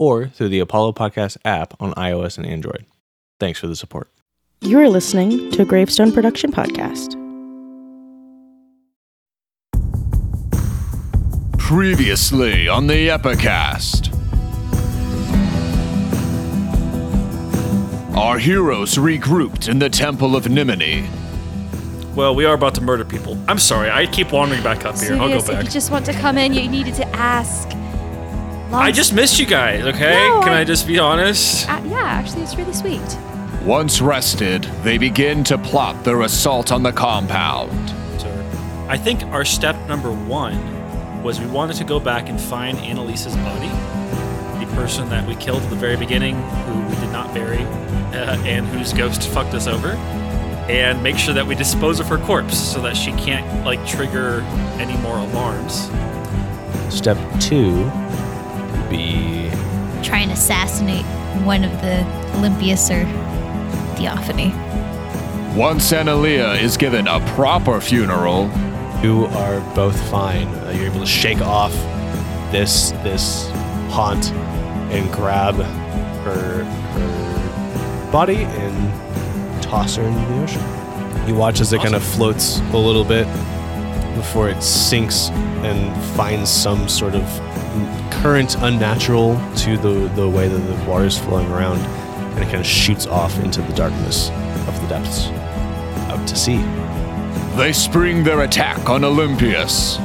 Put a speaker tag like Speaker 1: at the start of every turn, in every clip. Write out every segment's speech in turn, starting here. Speaker 1: or through the Apollo Podcast app on iOS and Android. Thanks for the support.
Speaker 2: You're listening to a Gravestone Production Podcast.
Speaker 3: Previously on the Epicast. Our heroes regrouped in the Temple of Nimini.
Speaker 4: Well, we are about to murder people. I'm sorry, I keep wandering back up here. I'll go
Speaker 5: Serious, if
Speaker 4: back.
Speaker 5: you just want to come in, you needed to ask.
Speaker 4: I just missed you guys, okay?
Speaker 5: No,
Speaker 4: Can I,
Speaker 5: I-
Speaker 4: just be honest?
Speaker 5: Uh, yeah, actually, it's really sweet.
Speaker 3: Once rested, they begin to plot their assault on the compound.
Speaker 4: Sir, I think our step number one was we wanted to go back and find Annalise's body, the person that we killed at the very beginning, who we did not bury, uh, and whose ghost fucked us over, and make sure that we dispose of her corpse so that she can't, like, trigger any more alarms.
Speaker 1: Step two would be
Speaker 6: try and assassinate one of the Olympias or Theophany.
Speaker 3: Once Analia is given a proper funeral,
Speaker 7: You are both fine. Uh, you're able to shake off this this haunt and grab her her body and toss her into the ocean. You watch as it kind of floats a little bit before it sinks and finds some sort of current unnatural to the the way that the water is flowing around, and it kind of shoots off into the darkness of the depths out to sea.
Speaker 3: they spring their attack on Olympias.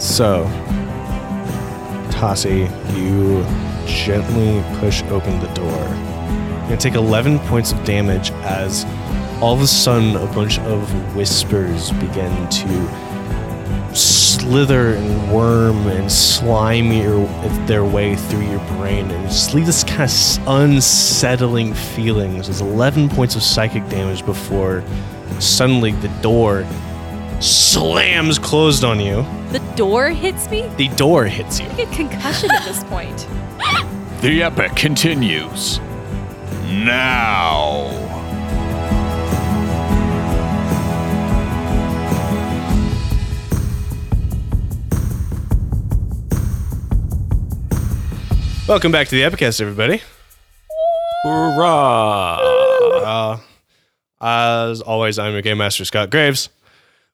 Speaker 7: So, Tassi, you gently push open the door. You're gonna take 11 points of damage as all of a sudden a bunch of whispers begin to slither and worm and slime your, their way through your brain and just leave this kind of unsettling feeling. So There's 11 points of psychic damage before suddenly the door slams closed on you
Speaker 5: The door hits me?
Speaker 7: the door hits you.
Speaker 5: I get concussion at this point.
Speaker 3: The epic continues. Now.
Speaker 7: Welcome back to the Epicast, everybody. Hoorah! Uh, as always, I'm your game master, Scott Graves.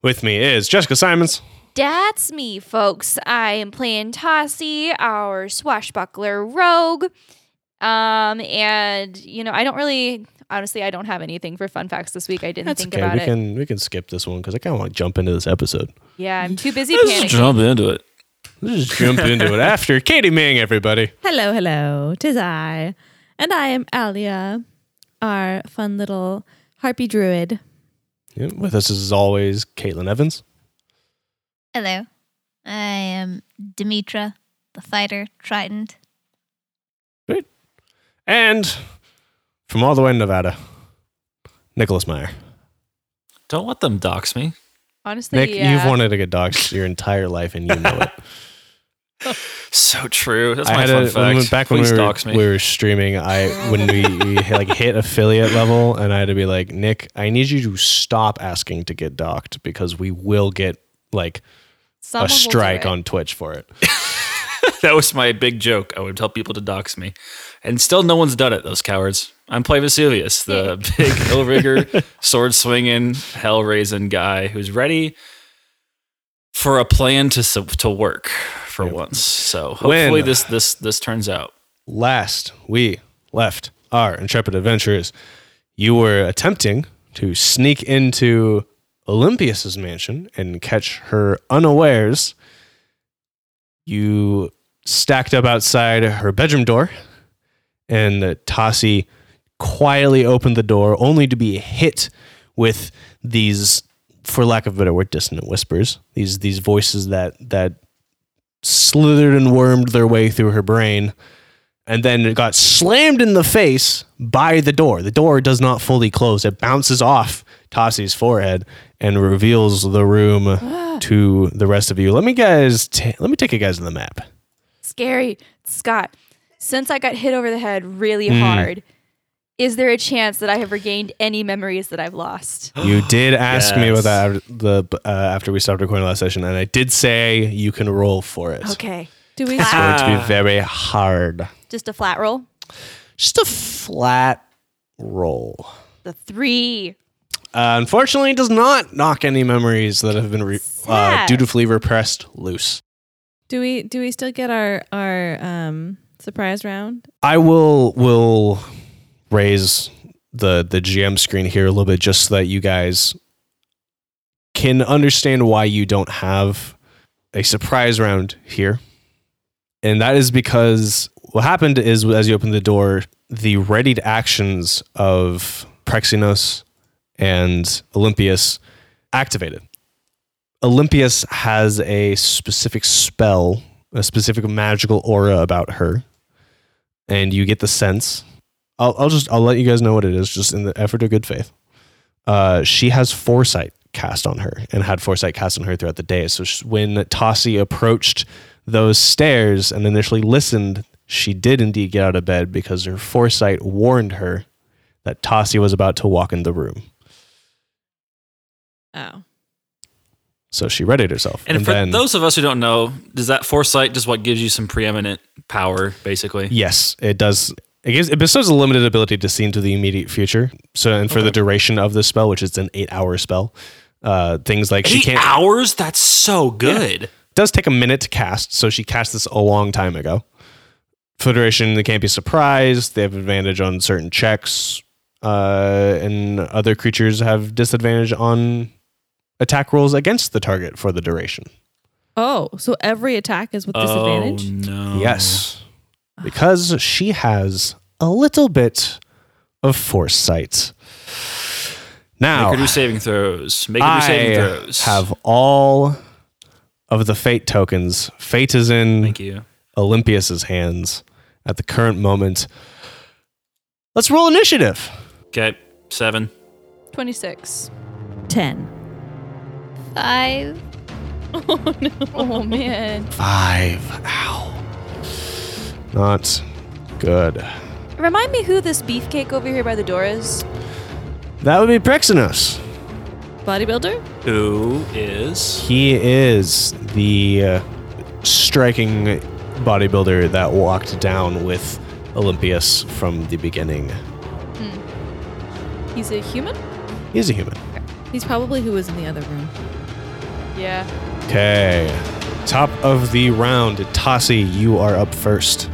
Speaker 7: With me is Jessica Simons.
Speaker 5: That's me, folks. I am playing Tossie, our swashbuckler rogue. Um, and you know, I don't really, honestly, I don't have anything for fun facts this week. I didn't think about
Speaker 7: we
Speaker 5: it.
Speaker 7: can we can skip this one because I kind of want to jump into this episode.
Speaker 5: Yeah, I'm too busy panicking.
Speaker 4: into it.
Speaker 7: Let's just jump into it after Katie Ming, everybody.
Speaker 8: Hello, hello, tis I. And I am Alia, our fun little harpy druid.
Speaker 7: Yeah, With us as always, Caitlin Evans.
Speaker 6: Hello, I am Demetra, the fighter Trident.
Speaker 7: And from all the way in Nevada, Nicholas Meyer.
Speaker 9: Don't let them dox me.
Speaker 5: Honestly,
Speaker 7: Nick,
Speaker 5: yeah.
Speaker 7: you've wanted to get dogs your entire life and you know it.
Speaker 9: So true. That's my
Speaker 7: I had
Speaker 9: fun
Speaker 7: a,
Speaker 9: fact.
Speaker 7: When, back when
Speaker 9: Please
Speaker 7: we were,
Speaker 9: dox me.
Speaker 7: we were streaming, I when we, we like hit affiliate level, and I had to be like, Nick, I need you to stop asking to get docked because we will get like
Speaker 5: Someone
Speaker 7: a
Speaker 5: will do
Speaker 7: strike
Speaker 5: it.
Speaker 7: on Twitch for it.
Speaker 9: that was my big joke. I would tell people to dox me, and still no one's done it. Those cowards. I'm Play Vesuvius, the big hill rigger, sword swinging, hell raising guy who's ready for a plan to su- to work for once. So hopefully
Speaker 7: When-
Speaker 9: this this this turns out.
Speaker 7: Last we left our intrepid adventurers, you were attempting to sneak into Olympias's mansion and catch her unawares. You stacked up outside her bedroom door, and Tassi quietly opened the door, only to be hit with these, for lack of a better word, dissonant whispers. These these voices that that slithered and wormed their way through her brain, and then it got slammed in the face by the door. The door does not fully close, it bounces off Tossie's forehead and reveals the room to the rest of you. Let me guys, t- let me take you guys to the map.
Speaker 5: Scary. Scott, since I got hit over the head really hard, is there a chance that I have regained any memories that I've lost?
Speaker 7: You did ask me about
Speaker 9: Yes.
Speaker 7: that after, the, uh, after we stopped recording last session, and I did say you can roll for it.
Speaker 5: Okay.
Speaker 8: Do we
Speaker 7: It's going to be very hard.
Speaker 5: Just a flat roll.
Speaker 7: Just a flat roll.
Speaker 5: The three.
Speaker 7: Uh, unfortunately, it does not knock any memories that have been re- uh,
Speaker 5: Sad.
Speaker 7: dutifully repressed loose.
Speaker 8: do we do we still get our our um surprise round?
Speaker 7: I will will raise the the GM screen here a little bit just so that you guys can understand why you don't have a surprise round here. And that is because what happened is as you opened the door, the readied actions of Prexinos and Olympias activated. Olympias has a specific spell, a specific magical aura about her and you get the sense. I'll, I'll just I'll let you guys know what it is, just in the effort of good faith. Uh, she has foresight cast on her, and had foresight cast on her throughout the day. So sh when Tossie approached those stairs and initially listened, she did indeed get out of bed because her foresight warned her that Tossie was about to walk in the room.
Speaker 8: Oh.
Speaker 7: So she readied herself,
Speaker 9: And, for
Speaker 7: then-
Speaker 9: those of us who don't know, does that foresight just what gives you some preeminent power, basically?
Speaker 7: Yes, it does. It gives it bestows a limited ability to see into the immediate future. So, and for the duration of this spell, which is an eight-hour spell, uh, things like she
Speaker 9: Eight
Speaker 7: can't
Speaker 9: hours? That's so good.
Speaker 7: it does take a minute to cast. So she cast this a long time ago. Federation, they can't be surprised. They have advantage on certain checks, uh, and other creatures have disadvantage on attack rolls against the target for the duration.
Speaker 8: Oh, so every attack is with disadvantage?
Speaker 7: Um,
Speaker 9: Oh, no.
Speaker 7: Yes.
Speaker 9: Uh-huh.
Speaker 7: Because she has a little bit of foresight.
Speaker 9: Make
Speaker 7: Now,
Speaker 9: her do saving throws. Make her do saving
Speaker 7: I
Speaker 9: throws.
Speaker 7: have all of the fate tokens. Fate is in
Speaker 9: Thank you.
Speaker 7: Olympias's hands at the current moment. Let's roll initiative.
Speaker 9: Okay. Seven.
Speaker 5: 26.
Speaker 8: Ten.
Speaker 6: Five.
Speaker 5: Oh, man.
Speaker 7: Five. Ow. Not good.
Speaker 5: Remind me who this beefcake over here by the door is.
Speaker 7: That would be Prexinos.
Speaker 8: Bodybuilder?
Speaker 9: Who is?
Speaker 7: He is the uh, striking bodybuilder that walked down with Olympias from the beginning.
Speaker 5: He's a human?
Speaker 7: He's a human.
Speaker 8: He's probably who was in the other room.
Speaker 5: Yeah.
Speaker 7: Okay. Top of the round, Tassi, you are up first.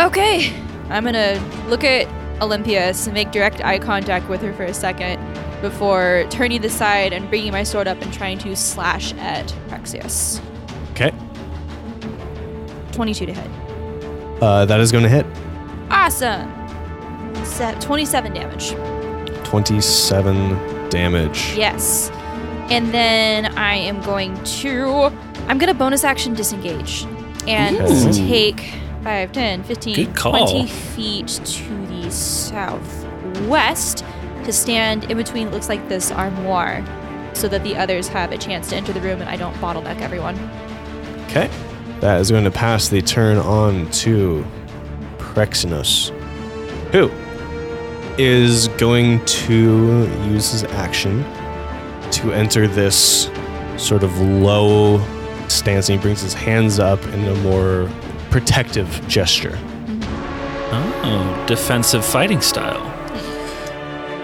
Speaker 5: Okay. I'm gonna look at Olympias and make direct eye contact with her for a second before turning to the side and bringing my sword up and trying to slash at Praxius.
Speaker 7: Okay.
Speaker 5: 22 to hit.
Speaker 7: Uh, that is going to hit
Speaker 5: Awesome. Se- 27 damage.
Speaker 7: 27 damage.
Speaker 5: Yes. And then I am going to. I'm going to bonus action disengage and
Speaker 7: Ooh.
Speaker 5: take 5, 10, 15,
Speaker 9: Good call.
Speaker 5: 20 feet to the southwest to stand in between, looks like this armoire, so that the others have a chance to enter the room and I don't bottleneck everyone.
Speaker 7: Okay. That is going to pass the turn on to Prexinos, who is going to use his action to enter this sort of low stance. And he brings his hands up in a more protective gesture.
Speaker 9: Oh, defensive fighting style.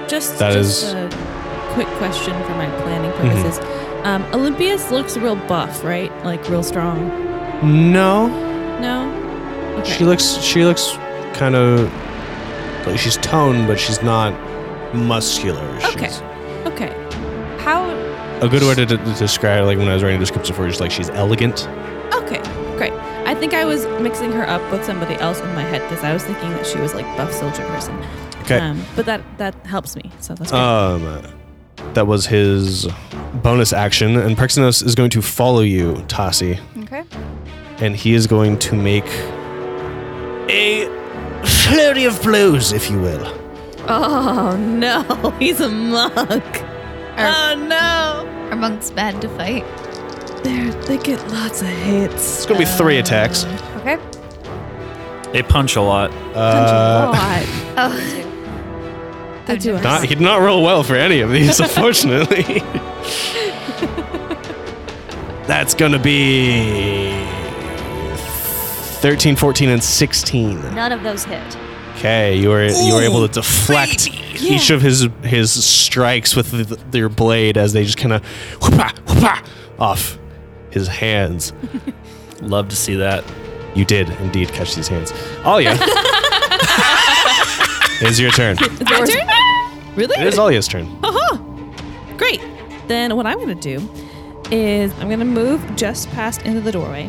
Speaker 8: Just,
Speaker 7: That
Speaker 8: just
Speaker 7: is- Mhm.
Speaker 8: a quick question for my planning purposes. Um, Olympias looks real buff, right? Like real strong.
Speaker 7: No,
Speaker 8: No? Okay.
Speaker 7: she looks she looks kind of like she's toned, but she's not muscular.
Speaker 8: Okay.
Speaker 7: She's-
Speaker 8: okay.
Speaker 5: How.
Speaker 7: a good way to, to describe like when I was writing description for her, just like she's elegant.
Speaker 8: Okay. Great. I think I was mixing her up with somebody else in my head because I was thinking that she was like buff soldier person.
Speaker 7: Okay.
Speaker 8: Um, but that that helps me. So that's great.
Speaker 7: Um, that was his bonus action, and Prexinos is going to follow you, Tassi,
Speaker 5: Okay.
Speaker 7: and he is going to make a flurry of blows, if you will.
Speaker 8: Oh no, he's a monk.
Speaker 5: Er.
Speaker 8: Oh no.
Speaker 6: Our monk's bad to fight.
Speaker 8: They're, they get lots of hits.
Speaker 7: It's going to be three attacks.
Speaker 5: Okay.
Speaker 9: They punch a lot.
Speaker 7: Uh,
Speaker 8: a lot. They do a
Speaker 7: not, he did not roll well for any of these, unfortunately. That's going to be 13, 14, and 16.
Speaker 5: None of those hit.
Speaker 7: Okay, you were you were able to deflect each of his his strikes with the, your blade as they just kind of whoop off his hands.
Speaker 9: Love to see that.
Speaker 7: You did indeed catch these hands. Alia, it's your turn.
Speaker 8: Really?
Speaker 7: It is Alia's turn.
Speaker 8: Great. Then what I'm going to do is I'm going to move just past into the doorway.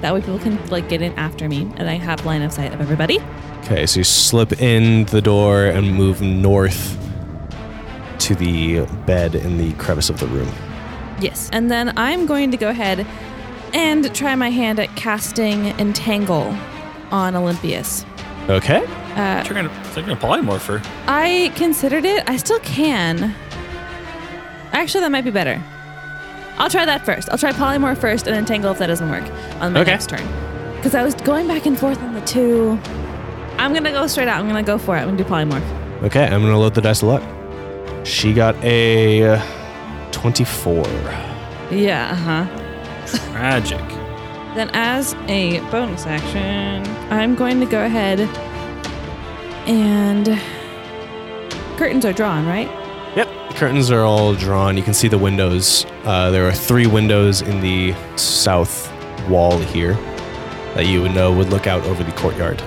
Speaker 8: That way people can like get in after me, and I have line of sight of everybody.
Speaker 7: Okay, so you slip in the door and move north to the bed in the crevice of the room.
Speaker 8: Yes. And then I'm going to go ahead and try my hand at casting entangle on Olympias.
Speaker 7: Okay.
Speaker 9: You're gonna, it's like a polymorpher.
Speaker 8: I considered it. I still can. Actually, that might be better. I'll try that first. I'll try polymorph first and entangle if that doesn't work on my
Speaker 7: Okay.
Speaker 8: next turn. Because I was going back and forth on the two. I'm gonna go straight out. I'm gonna go for it. I'm gonna do polymorph.
Speaker 7: Okay, I'm gonna load the dice of luck. She got a uh, 24.
Speaker 8: Yeah. Uh huh.
Speaker 9: Tragic.
Speaker 8: Then as a bonus action, I'm going to go ahead and curtains are drawn, right?
Speaker 7: Yep. Curtains are all drawn. You can see the windows. Uh, there are three windows in the south wall here that you would know would look out over the courtyard.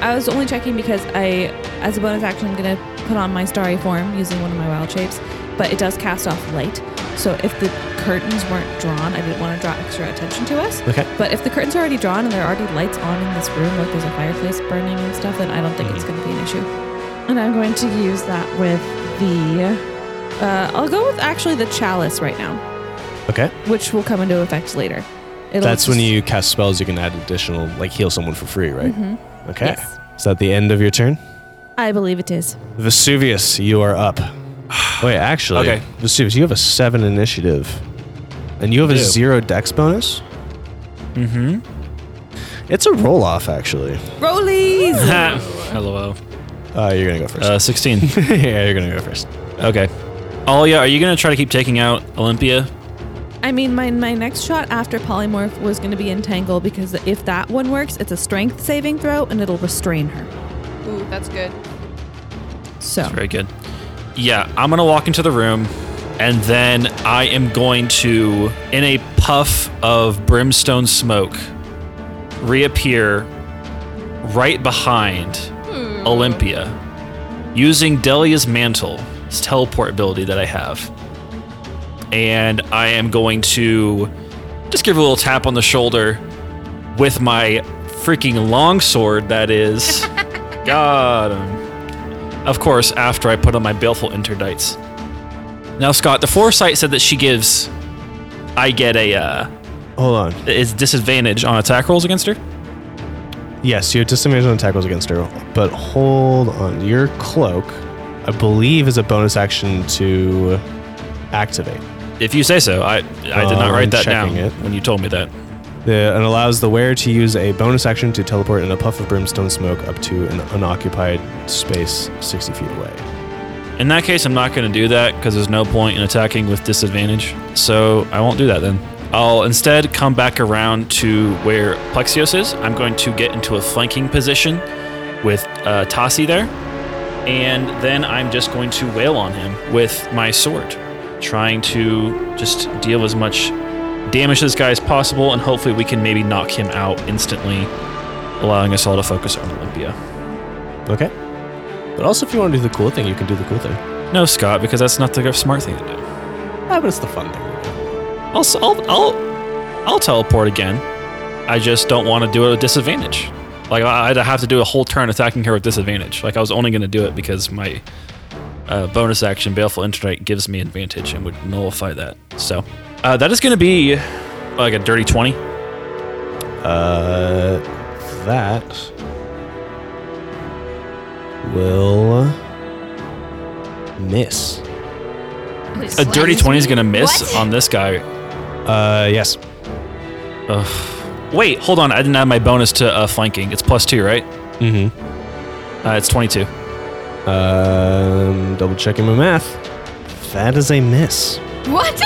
Speaker 8: I was only checking because I, as a bonus action, I'm gonna put on my starry form using one of my wild shapes, but it does cast off light. So if the curtains weren't drawn, I didn't want to draw extra attention to us.
Speaker 7: Okay.
Speaker 8: But if the curtains are already drawn and there are already lights on in this room, like there's a fireplace burning and stuff, then I don't think it's gonna be an issue. Mm-hmm. And I'm going to use that with the. Uh, I'll go with actually the chalice right now,
Speaker 7: Okay.
Speaker 8: which will come into effect later. It'll
Speaker 7: That's when
Speaker 8: just-
Speaker 7: you cast spells. You can add additional, like heal someone for free, right? Mm-hmm. Okay.
Speaker 8: Yes.
Speaker 7: Is that the end of your turn?
Speaker 8: I believe it is.
Speaker 7: Vesuvius, you are up. Wait, actually,
Speaker 9: Okay.
Speaker 7: Vesuvius, you have a seven initiative, and you have a
Speaker 9: do.
Speaker 7: zero dex bonus. Mm-hmm. It's a roll off, actually.
Speaker 8: Rollies!
Speaker 9: Hello.
Speaker 7: Uh, you're gonna go first.
Speaker 9: Uh, 16.
Speaker 7: yeah, you're gonna go first.
Speaker 9: okay. Alia, are you gonna try to keep taking out Olympia?
Speaker 8: I mean, my, my next shot after polymorph was going to be entangle because if that one works, it's a strength saving throw and it'll restrain her.
Speaker 5: Ooh, that's good.
Speaker 8: So
Speaker 9: Very good. Yeah, I'm gonna walk into the room, and then I am going to, in a puff of brimstone smoke, reappear right behind Olympia, using Delia's mantle, this teleport ability that I have, and I am going to just give her a little tap on the shoulder with my freaking longsword. That is, God. I'm of course, after I put on my baleful interdicts. Now, Scott, the foresight said that she gives. I get a uh,
Speaker 7: Hold on.
Speaker 9: is disadvantage on attack rolls against her.
Speaker 7: Yes, you have disadvantage on attack rolls against her, but hold on. Your cloak, I believe, is a bonus action to activate.
Speaker 9: If you say so, I I did
Speaker 7: Uh,
Speaker 9: not
Speaker 7: I'm
Speaker 9: write that
Speaker 7: checking
Speaker 9: down
Speaker 7: it.
Speaker 9: when you told me that.
Speaker 7: The, and allows the wearer to use a bonus action to teleport in a puff of brimstone smoke up to an unoccupied space 60 feet away.
Speaker 9: In that case, I'm not going to do that because there's no point in attacking with disadvantage. So I won't do that then. I'll instead come back around to where Plexios is. I'm going to get into a flanking position with uh, Tassi there. And then I'm just going to wail on him with my sword, trying to just deal as much damage to this guy as possible. And hopefully, we can maybe knock him out instantly, allowing us all to focus on Olympia.
Speaker 7: Okay. But also, if you want to do the cool thing, you can do the cool thing.
Speaker 9: No, Scott, because that's not the smart thing to do.
Speaker 7: Ah, but it's the fun thing.
Speaker 9: I'll, s- I'll, I'll, I'll teleport again. I just don't want to do it at a disadvantage. Like I- I'd have to do a whole turn attacking her with disadvantage. Like I was only going to do it because my uh, bonus action baleful interdict gives me advantage and would nullify that. So uh, that is going to be like a dirty twenty
Speaker 7: Uh, that will miss.
Speaker 9: A dirty 20 is going to miss on this guy.
Speaker 7: Uh, yes.
Speaker 9: Ugh. Wait, hold on. I didn't add my bonus to uh, flanking. It's plus two, right?
Speaker 7: Mm-hmm.
Speaker 9: Uh, it's 22.
Speaker 7: Um, double checking my math. That is a miss.
Speaker 6: What?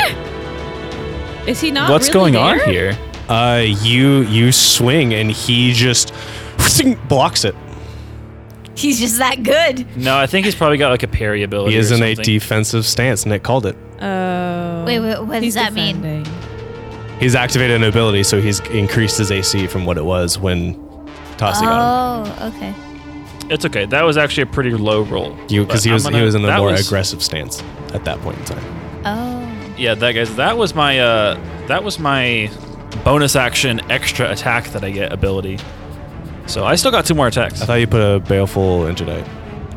Speaker 8: Is he not?
Speaker 9: What's
Speaker 8: really
Speaker 9: going on
Speaker 8: there?
Speaker 9: here?
Speaker 7: Uh, you you swing and he just blocks it.
Speaker 6: He's just that good.
Speaker 9: No, I think he's probably got like a parry ability.
Speaker 7: He is
Speaker 9: or
Speaker 7: in a
Speaker 9: something.
Speaker 7: defensive stance. Nick called it.
Speaker 8: Oh.
Speaker 6: Wait, wait, what does
Speaker 8: He's
Speaker 6: that mean?
Speaker 8: defending.
Speaker 7: He's activated an ability, so he's increased his AC from what it was when Tossy got him.
Speaker 6: Oh, okay.
Speaker 9: It's okay. That was actually a pretty low roll.
Speaker 7: Because
Speaker 9: But
Speaker 7: he
Speaker 9: I'm
Speaker 7: was
Speaker 9: gonna-
Speaker 7: he was in the
Speaker 9: that
Speaker 7: more
Speaker 9: was-
Speaker 7: aggressive stance at that point in time.
Speaker 6: Oh.
Speaker 9: Yeah, that guys. That was my uh, that was my bonus action extra attack that I get ability. So I still got two more attacks.
Speaker 7: I thought you put a baleful interdite.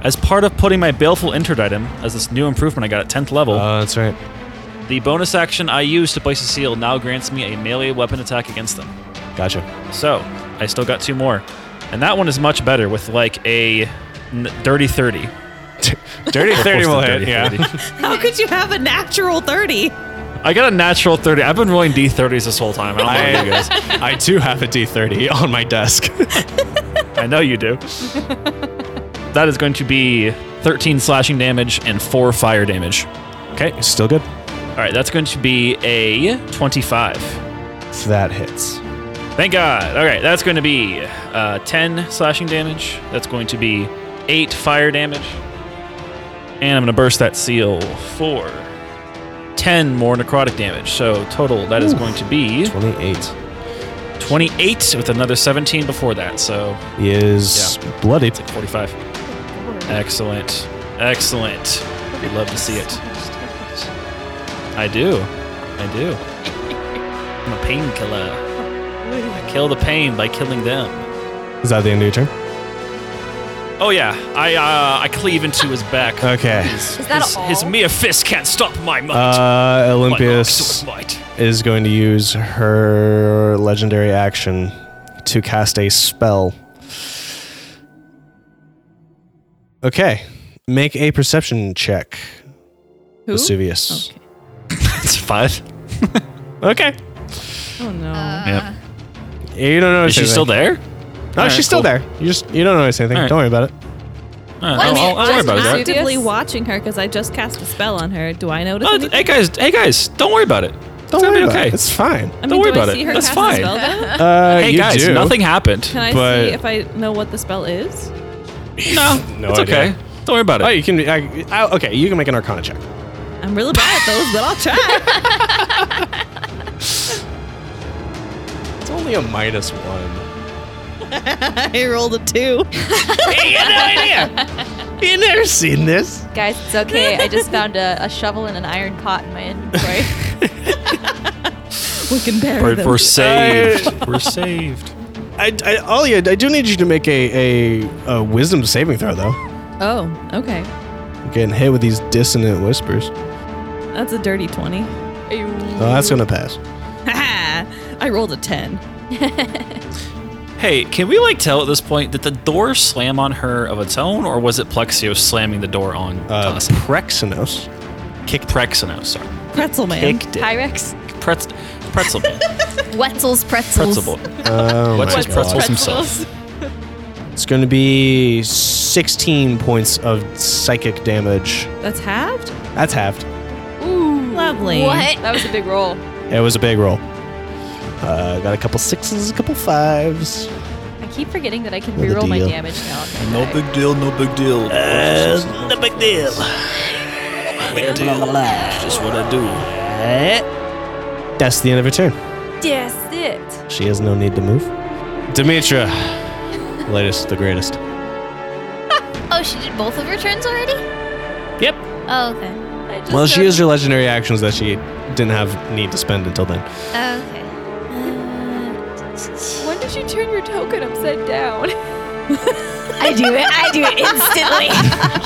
Speaker 9: As part of putting my baleful interditum as this new improvement I got at 10th level,
Speaker 7: Uh, that's right.
Speaker 9: the bonus action I used to place a seal now grants me a melee weapon attack against them.
Speaker 7: Gotcha.
Speaker 9: So I still got two more, and that one is much better with like a n- dirty thirty.
Speaker 7: Dirty thirty will
Speaker 9: Dirty
Speaker 7: hit. Yeah.
Speaker 9: 30.
Speaker 8: How could you have a natural 30?
Speaker 9: I got a natural thirty. I've been rolling d thirties this whole time. I don't know about you guys.
Speaker 7: I too have a D thirty on my desk.
Speaker 9: I know you do. that is going to be thirteen slashing damage and four fire damage.
Speaker 7: okay, still good.
Speaker 9: All right, that's going to be a twenty-five.
Speaker 7: That hits.
Speaker 9: Thank God. All right, that's going to be uh, 10 slashing damage. That's going to be 8 fire damage. And I'm going to burst that seal for 10 more necrotic damage. So, total, that is going to be
Speaker 7: Twenty eight
Speaker 9: 28 with another 17 before that. So,
Speaker 7: is bloodied.
Speaker 9: it's like 45. Excellent. Excellent. we love to see it. I do. I do. I'm a painkiller. I kill the pain by killing them.
Speaker 7: Is that Uh, the end of your turn?
Speaker 9: Oh yeah, I uh, I cleave into his back.
Speaker 7: Okay.
Speaker 5: Is that
Speaker 9: his,
Speaker 5: all?
Speaker 9: his mere fist can't stop my might.
Speaker 7: Uh,
Speaker 9: My
Speaker 7: Olympias.
Speaker 9: rock sword might.
Speaker 7: is going to use her legendary action to cast a spell. Okay. Make a perception check,
Speaker 8: Who?
Speaker 7: Vesuvius.
Speaker 8: Okay.
Speaker 9: It's five.
Speaker 7: Okay.
Speaker 8: Oh no.
Speaker 9: Yeah.
Speaker 7: You don't notice
Speaker 9: Is she
Speaker 7: anything.
Speaker 9: still there?
Speaker 7: No,
Speaker 9: Alright,
Speaker 7: she's still
Speaker 9: cool.
Speaker 7: there. You just you don't notice anything.
Speaker 9: Alright.
Speaker 7: Don't worry about it.
Speaker 9: Uh, I'll, I'll, I'll worry
Speaker 8: I'm
Speaker 9: about that.
Speaker 8: actively
Speaker 5: Vesuvius?
Speaker 8: watching her because I just cast a spell on her. Do I notice
Speaker 9: Oh,
Speaker 8: anything?
Speaker 9: hey guys, hey guys, don't worry about it.
Speaker 7: Don't
Speaker 9: it's gonna
Speaker 7: worry
Speaker 9: be
Speaker 7: about
Speaker 9: okay.
Speaker 7: it. It's fine.
Speaker 8: I mean,
Speaker 9: don't worry
Speaker 8: do
Speaker 9: about
Speaker 8: I see
Speaker 9: it.
Speaker 8: Her
Speaker 9: That's
Speaker 8: cast
Speaker 9: fine.
Speaker 8: A spell, though?
Speaker 7: Uh,
Speaker 9: hey
Speaker 7: you
Speaker 9: guys,
Speaker 7: do.
Speaker 9: nothing happened.
Speaker 8: Can I
Speaker 7: But-
Speaker 8: see if I know what the spell is?
Speaker 9: No,
Speaker 7: No
Speaker 9: it's
Speaker 7: idea.
Speaker 9: okay. Don't worry about it.
Speaker 7: Oh, you can. I, I, okay, you can make an Arcana check.
Speaker 8: I'm really bad at those, but I'll try.
Speaker 7: It's only a minus one.
Speaker 8: I rolled a two.
Speaker 7: You never seen this.
Speaker 5: Guys, it's okay. I just found a, a shovel and an iron pot in my inventory.
Speaker 8: We can bury
Speaker 9: We're,
Speaker 8: them.
Speaker 9: we're saved. we're saved.
Speaker 7: I, I, Ollie, I do need you to make a, a, a wisdom saving throw, though.
Speaker 8: Oh, okay.
Speaker 7: Getting hit with these dissonant whispers.
Speaker 8: That's a dirty 20.
Speaker 7: Oh, that's gonna pass.
Speaker 8: Haha. I rolled a 10.
Speaker 9: Hey, can we like tell at this point did the door slam on her of its own, or was it Plexio slamming the door on
Speaker 7: Uh,
Speaker 9: us?
Speaker 7: Prexenos.
Speaker 9: Kick Prexino, sorry.
Speaker 8: Pretzel man.
Speaker 5: Pyrex.
Speaker 9: Pretz, pretzel.
Speaker 6: Wetzel's pretzels.
Speaker 9: pretzel.
Speaker 7: Oh
Speaker 9: What's
Speaker 7: my
Speaker 9: his
Speaker 7: God.
Speaker 9: pretzels himself?
Speaker 7: It's gonna be 16 points of psychic damage.
Speaker 8: That's halved?
Speaker 7: That's halved.
Speaker 8: Lovely.
Speaker 6: What?
Speaker 5: That was a big roll.
Speaker 7: It was a big roll. Uh, got a couple sixes, a couple fives.
Speaker 5: I keep forgetting that I can
Speaker 7: What a
Speaker 5: reroll my
Speaker 7: deal.
Speaker 5: damage now.
Speaker 10: No big deal, no big deal.
Speaker 7: The big deal.
Speaker 10: Just what I do.
Speaker 7: That's the end of her turn.
Speaker 5: Yes, it.
Speaker 7: She has no need to move. Demetra, latest, the greatest.
Speaker 6: Oh, she did both of her turns already?
Speaker 9: Yep.
Speaker 6: Oh, okay.
Speaker 5: I just
Speaker 7: Well, she
Speaker 5: don't-
Speaker 7: used her legendary actions that she didn't have need to spend until then.
Speaker 6: Okay. Uh,
Speaker 5: When did you turn your token upside down?
Speaker 6: I do it. I do it instantly.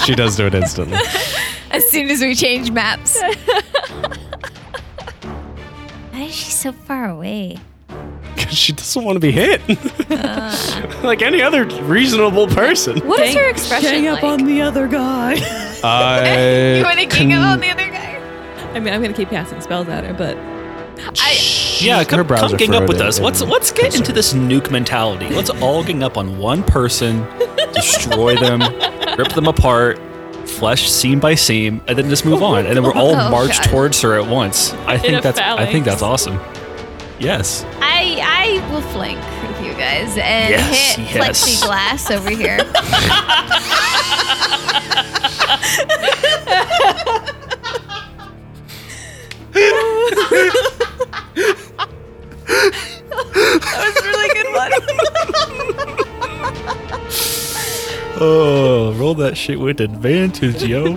Speaker 7: She does do it instantly.
Speaker 6: as soon as we change maps. Why is she so far away?
Speaker 7: Because she doesn't want to be hit.
Speaker 9: Uh.
Speaker 7: like any other reasonable person.
Speaker 5: What is her expression like?
Speaker 8: the other guy.
Speaker 7: I
Speaker 9: Uh,
Speaker 5: you want to gang up on the other guy?
Speaker 8: I mean, I'm gonna keep casting spells at her, but
Speaker 9: Yeah, come,
Speaker 1: brows
Speaker 9: come
Speaker 1: are
Speaker 9: gang up with
Speaker 1: furrowed
Speaker 9: us.
Speaker 1: and-
Speaker 9: Let's let's get into this nuke mentality. Let's all gang up on one person, destroy them, rip them apart, flesh seam by seam, and then just move on. And then we're all
Speaker 5: Oh,
Speaker 9: march
Speaker 5: God.
Speaker 9: towards her at once. I
Speaker 8: a
Speaker 9: think that's I think that's
Speaker 8: phalanx.
Speaker 9: awesome. Yes.
Speaker 6: I I will flank with you guys and
Speaker 9: Yes,
Speaker 6: hit
Speaker 9: yes.
Speaker 6: plexiglass over here.
Speaker 9: Oh, roll that shit with advantage, yo.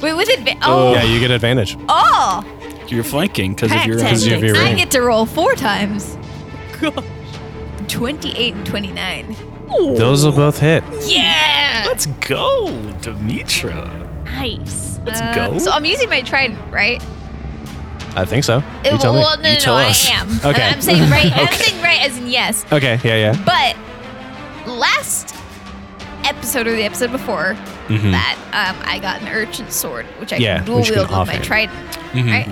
Speaker 6: Wait, with advantage. Oh,
Speaker 7: yeah, you get advantage.
Speaker 6: oh,
Speaker 9: You're flanking because of your
Speaker 6: Pax
Speaker 7: you're-
Speaker 6: tactics.
Speaker 7: you're-
Speaker 6: I get to roll four times. 28 and 29.
Speaker 7: Those will both hit.
Speaker 6: Yeah!
Speaker 9: Let's go, Demetra.
Speaker 5: Nice.
Speaker 9: Let's
Speaker 6: Um,
Speaker 9: go.
Speaker 6: So I'm using my trident, right?
Speaker 7: I think so.
Speaker 6: It-
Speaker 7: You tell me.
Speaker 6: well, no, no,
Speaker 9: tell
Speaker 6: no,
Speaker 9: us.
Speaker 6: I am.
Speaker 7: Okay.
Speaker 6: I'm saying right. I'm saying right as in yes.
Speaker 7: Okay, yeah, yeah.
Speaker 6: But last episode or the episode before that, um, I got an urchin sword, which I
Speaker 7: Yeah,
Speaker 6: can dual
Speaker 7: which you
Speaker 6: wield
Speaker 7: can
Speaker 6: with my
Speaker 7: offhand.
Speaker 6: trident, right?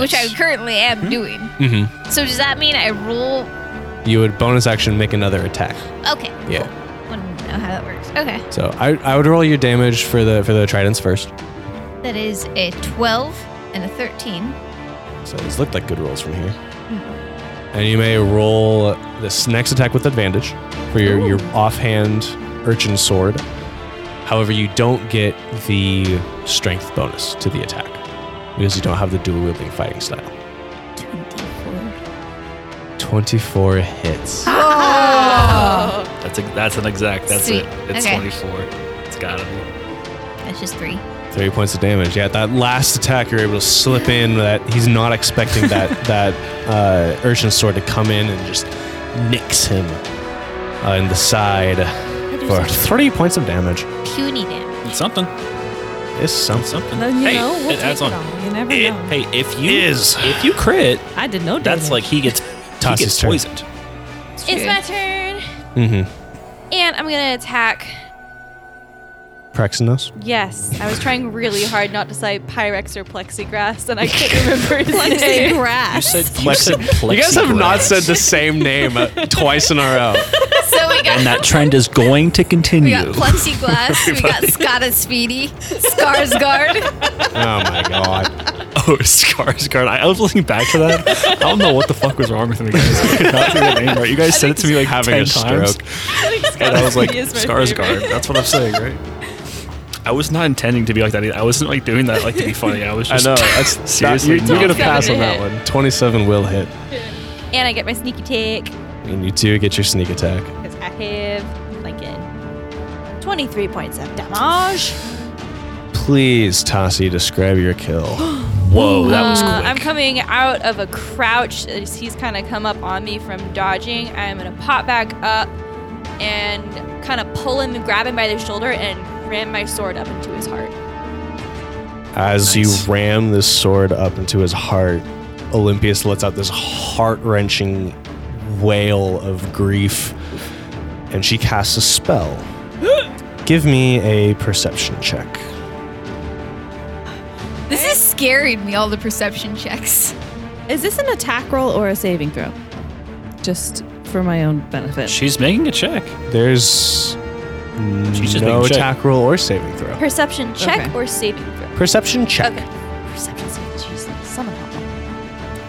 Speaker 6: Which I currently am
Speaker 7: Hmm?
Speaker 6: doing.
Speaker 7: Mhm.
Speaker 6: So does that mean I roll?
Speaker 7: You would bonus action make another attack.
Speaker 6: Okay.
Speaker 7: Yeah.
Speaker 6: Cool. Wouldn't know how that works. Okay.
Speaker 7: So I, I would roll your damage for the for the tridents first.
Speaker 6: That is a 12 and a 13.
Speaker 7: So these looked like good rolls from here. And you may roll this next attack with advantage for your, your offhand urchin sword. However, you don't get the strength bonus to the attack because you don't have the dual wielding fighting style. 24 hits.
Speaker 9: That's a, that's an exact. That's
Speaker 6: Sweet.
Speaker 9: it. It's
Speaker 6: Okay.
Speaker 9: 24. It's got to
Speaker 6: That's just three.
Speaker 7: Three points of damage. Yeah, that last attack, you're able to slip in that he's not expecting that that uh, urchin sword to come in and just nicks him uh, in the side for three points of damage.
Speaker 6: Puny damn.
Speaker 9: be something.
Speaker 7: It's something.
Speaker 9: Something.
Speaker 8: then, uh, you
Speaker 9: hey,
Speaker 8: know, we'll
Speaker 9: it adds
Speaker 8: take
Speaker 9: on.
Speaker 8: it all. You never
Speaker 9: It-
Speaker 8: know.
Speaker 9: hey, if you if you crit,
Speaker 8: I did no damage.
Speaker 9: that's like he gets he
Speaker 7: Toss's
Speaker 9: gets
Speaker 7: turn.
Speaker 9: poisoned.
Speaker 5: It's my turn.
Speaker 7: Mm-hmm.
Speaker 5: And I'm gonna attack.
Speaker 7: Praxinos.
Speaker 5: Yes, I was trying really hard not to say Pyrex or plexiglass, and I couldn't remember his name.
Speaker 9: You
Speaker 6: grass.
Speaker 9: said you said
Speaker 7: You guys have not
Speaker 9: plexiglass.
Speaker 7: said the same name uh, twice in a row.
Speaker 6: so we got
Speaker 9: And that trend is going to
Speaker 6: We
Speaker 9: continue.
Speaker 6: got plexiglass. we got Scotta Speedy, Skarsgård.
Speaker 7: Oh my god.
Speaker 9: oh, Skarsgård. I was looking back to that. I don't know what the fuck was wrong with me, guys. I could not say the name right. You guys said it to me like
Speaker 7: Having
Speaker 9: 10
Speaker 7: a
Speaker 9: times.
Speaker 7: stroke.
Speaker 9: And I was like,
Speaker 8: He is my
Speaker 9: Skarsgård. That's what I'm saying, right? I was not intending to be like that. either. I wasn't like doing that like to be funny. I was
Speaker 7: I
Speaker 9: just
Speaker 7: know. That's
Speaker 9: seriously.
Speaker 7: You're, you're gonna
Speaker 9: not.
Speaker 7: pass on
Speaker 5: gonna
Speaker 7: that
Speaker 5: hit.
Speaker 7: one. Twenty-seven will hit,
Speaker 5: And I get my sneaky tick
Speaker 7: and you do get your sneak attack.
Speaker 5: because I have like a 23 points of damage.
Speaker 7: Please, Tassi, describe your kill.
Speaker 9: Whoa, that was
Speaker 5: Uh,
Speaker 9: quick.
Speaker 5: I'm coming out of a crouch as he's kind of come up on me from dodging. I'm gonna pop back up and kind of pull him and grab him by the shoulder and ram my sword up into his heart.
Speaker 7: As you ram this sword up into his heart, Olympias lets out this heart wrenching wail of grief, and she casts a spell. Give me a perception check.
Speaker 6: This is scaring me, all the perception checks.
Speaker 8: Is this an attack roll or a saving throw? Just for my own benefit.
Speaker 9: She's making a check.
Speaker 7: There's
Speaker 9: She's just
Speaker 7: no
Speaker 9: making a check.
Speaker 7: attack roll or saving throw.
Speaker 5: Perception check
Speaker 8: Okay.
Speaker 5: or saving throw.
Speaker 7: Perception check.
Speaker 5: Okay. Perception saving. Jeez, someone help me.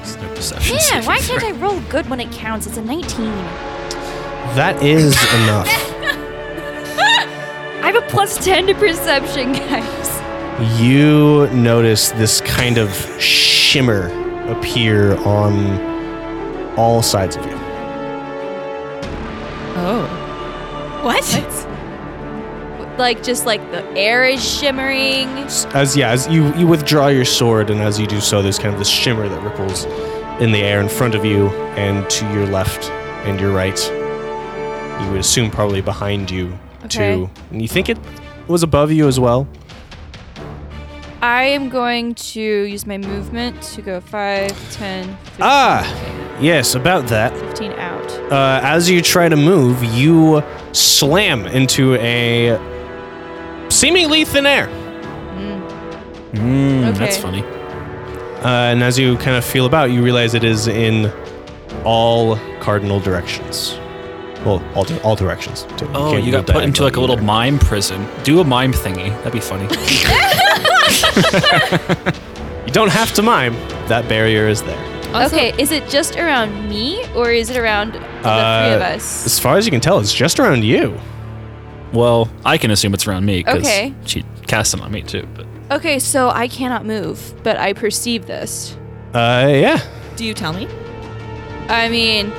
Speaker 9: There's no perception. Hmm,
Speaker 5: Man,
Speaker 9: saving
Speaker 5: why
Speaker 9: throw.
Speaker 5: can't I roll good when it counts? It's a 19.
Speaker 7: That is enough.
Speaker 5: I have a plus 10 to perception, guys.
Speaker 7: You notice this kind of shimmer appear on all sides of you.
Speaker 8: Oh.
Speaker 6: What?
Speaker 5: Like, just like the air is shimmering.
Speaker 7: as yeah, as you you withdraw your sword, and as you do so, there's kind of this shimmer that ripples in the air in front of you and to your left and your right. You would assume probably behind you
Speaker 5: Okay.
Speaker 7: too, and you think it was above you as well.
Speaker 5: I am going to use my movement to go 5, 10, 15,
Speaker 7: Ah, yes, about that.
Speaker 5: 15 out.
Speaker 7: Uh, as you try to move, you slam into a seemingly thin air.
Speaker 9: Mm, That's
Speaker 5: Okay.
Speaker 9: funny.
Speaker 7: Uh, and as you kind of feel about, you realize it is in all cardinal directions. Well, all, di- all directions. Too.
Speaker 9: Oh,
Speaker 7: can't
Speaker 9: you
Speaker 7: go
Speaker 9: got put into
Speaker 7: diagonally
Speaker 9: like a little
Speaker 7: either.
Speaker 9: mime prison. Do a mime thingy. That'd be funny.
Speaker 7: You don't have to mime. That barrier is there.
Speaker 5: okay, is it just around me or is it around the three of
Speaker 7: Uh,
Speaker 5: us?
Speaker 7: As far as you can tell, it's just around you.
Speaker 9: well, I can assume it's around me because
Speaker 5: Okay.
Speaker 9: she cast it on me too. But
Speaker 5: Okay, so I cannot move, but I perceive this.
Speaker 7: Uh, yeah.
Speaker 8: Do you tell me?
Speaker 5: I mean,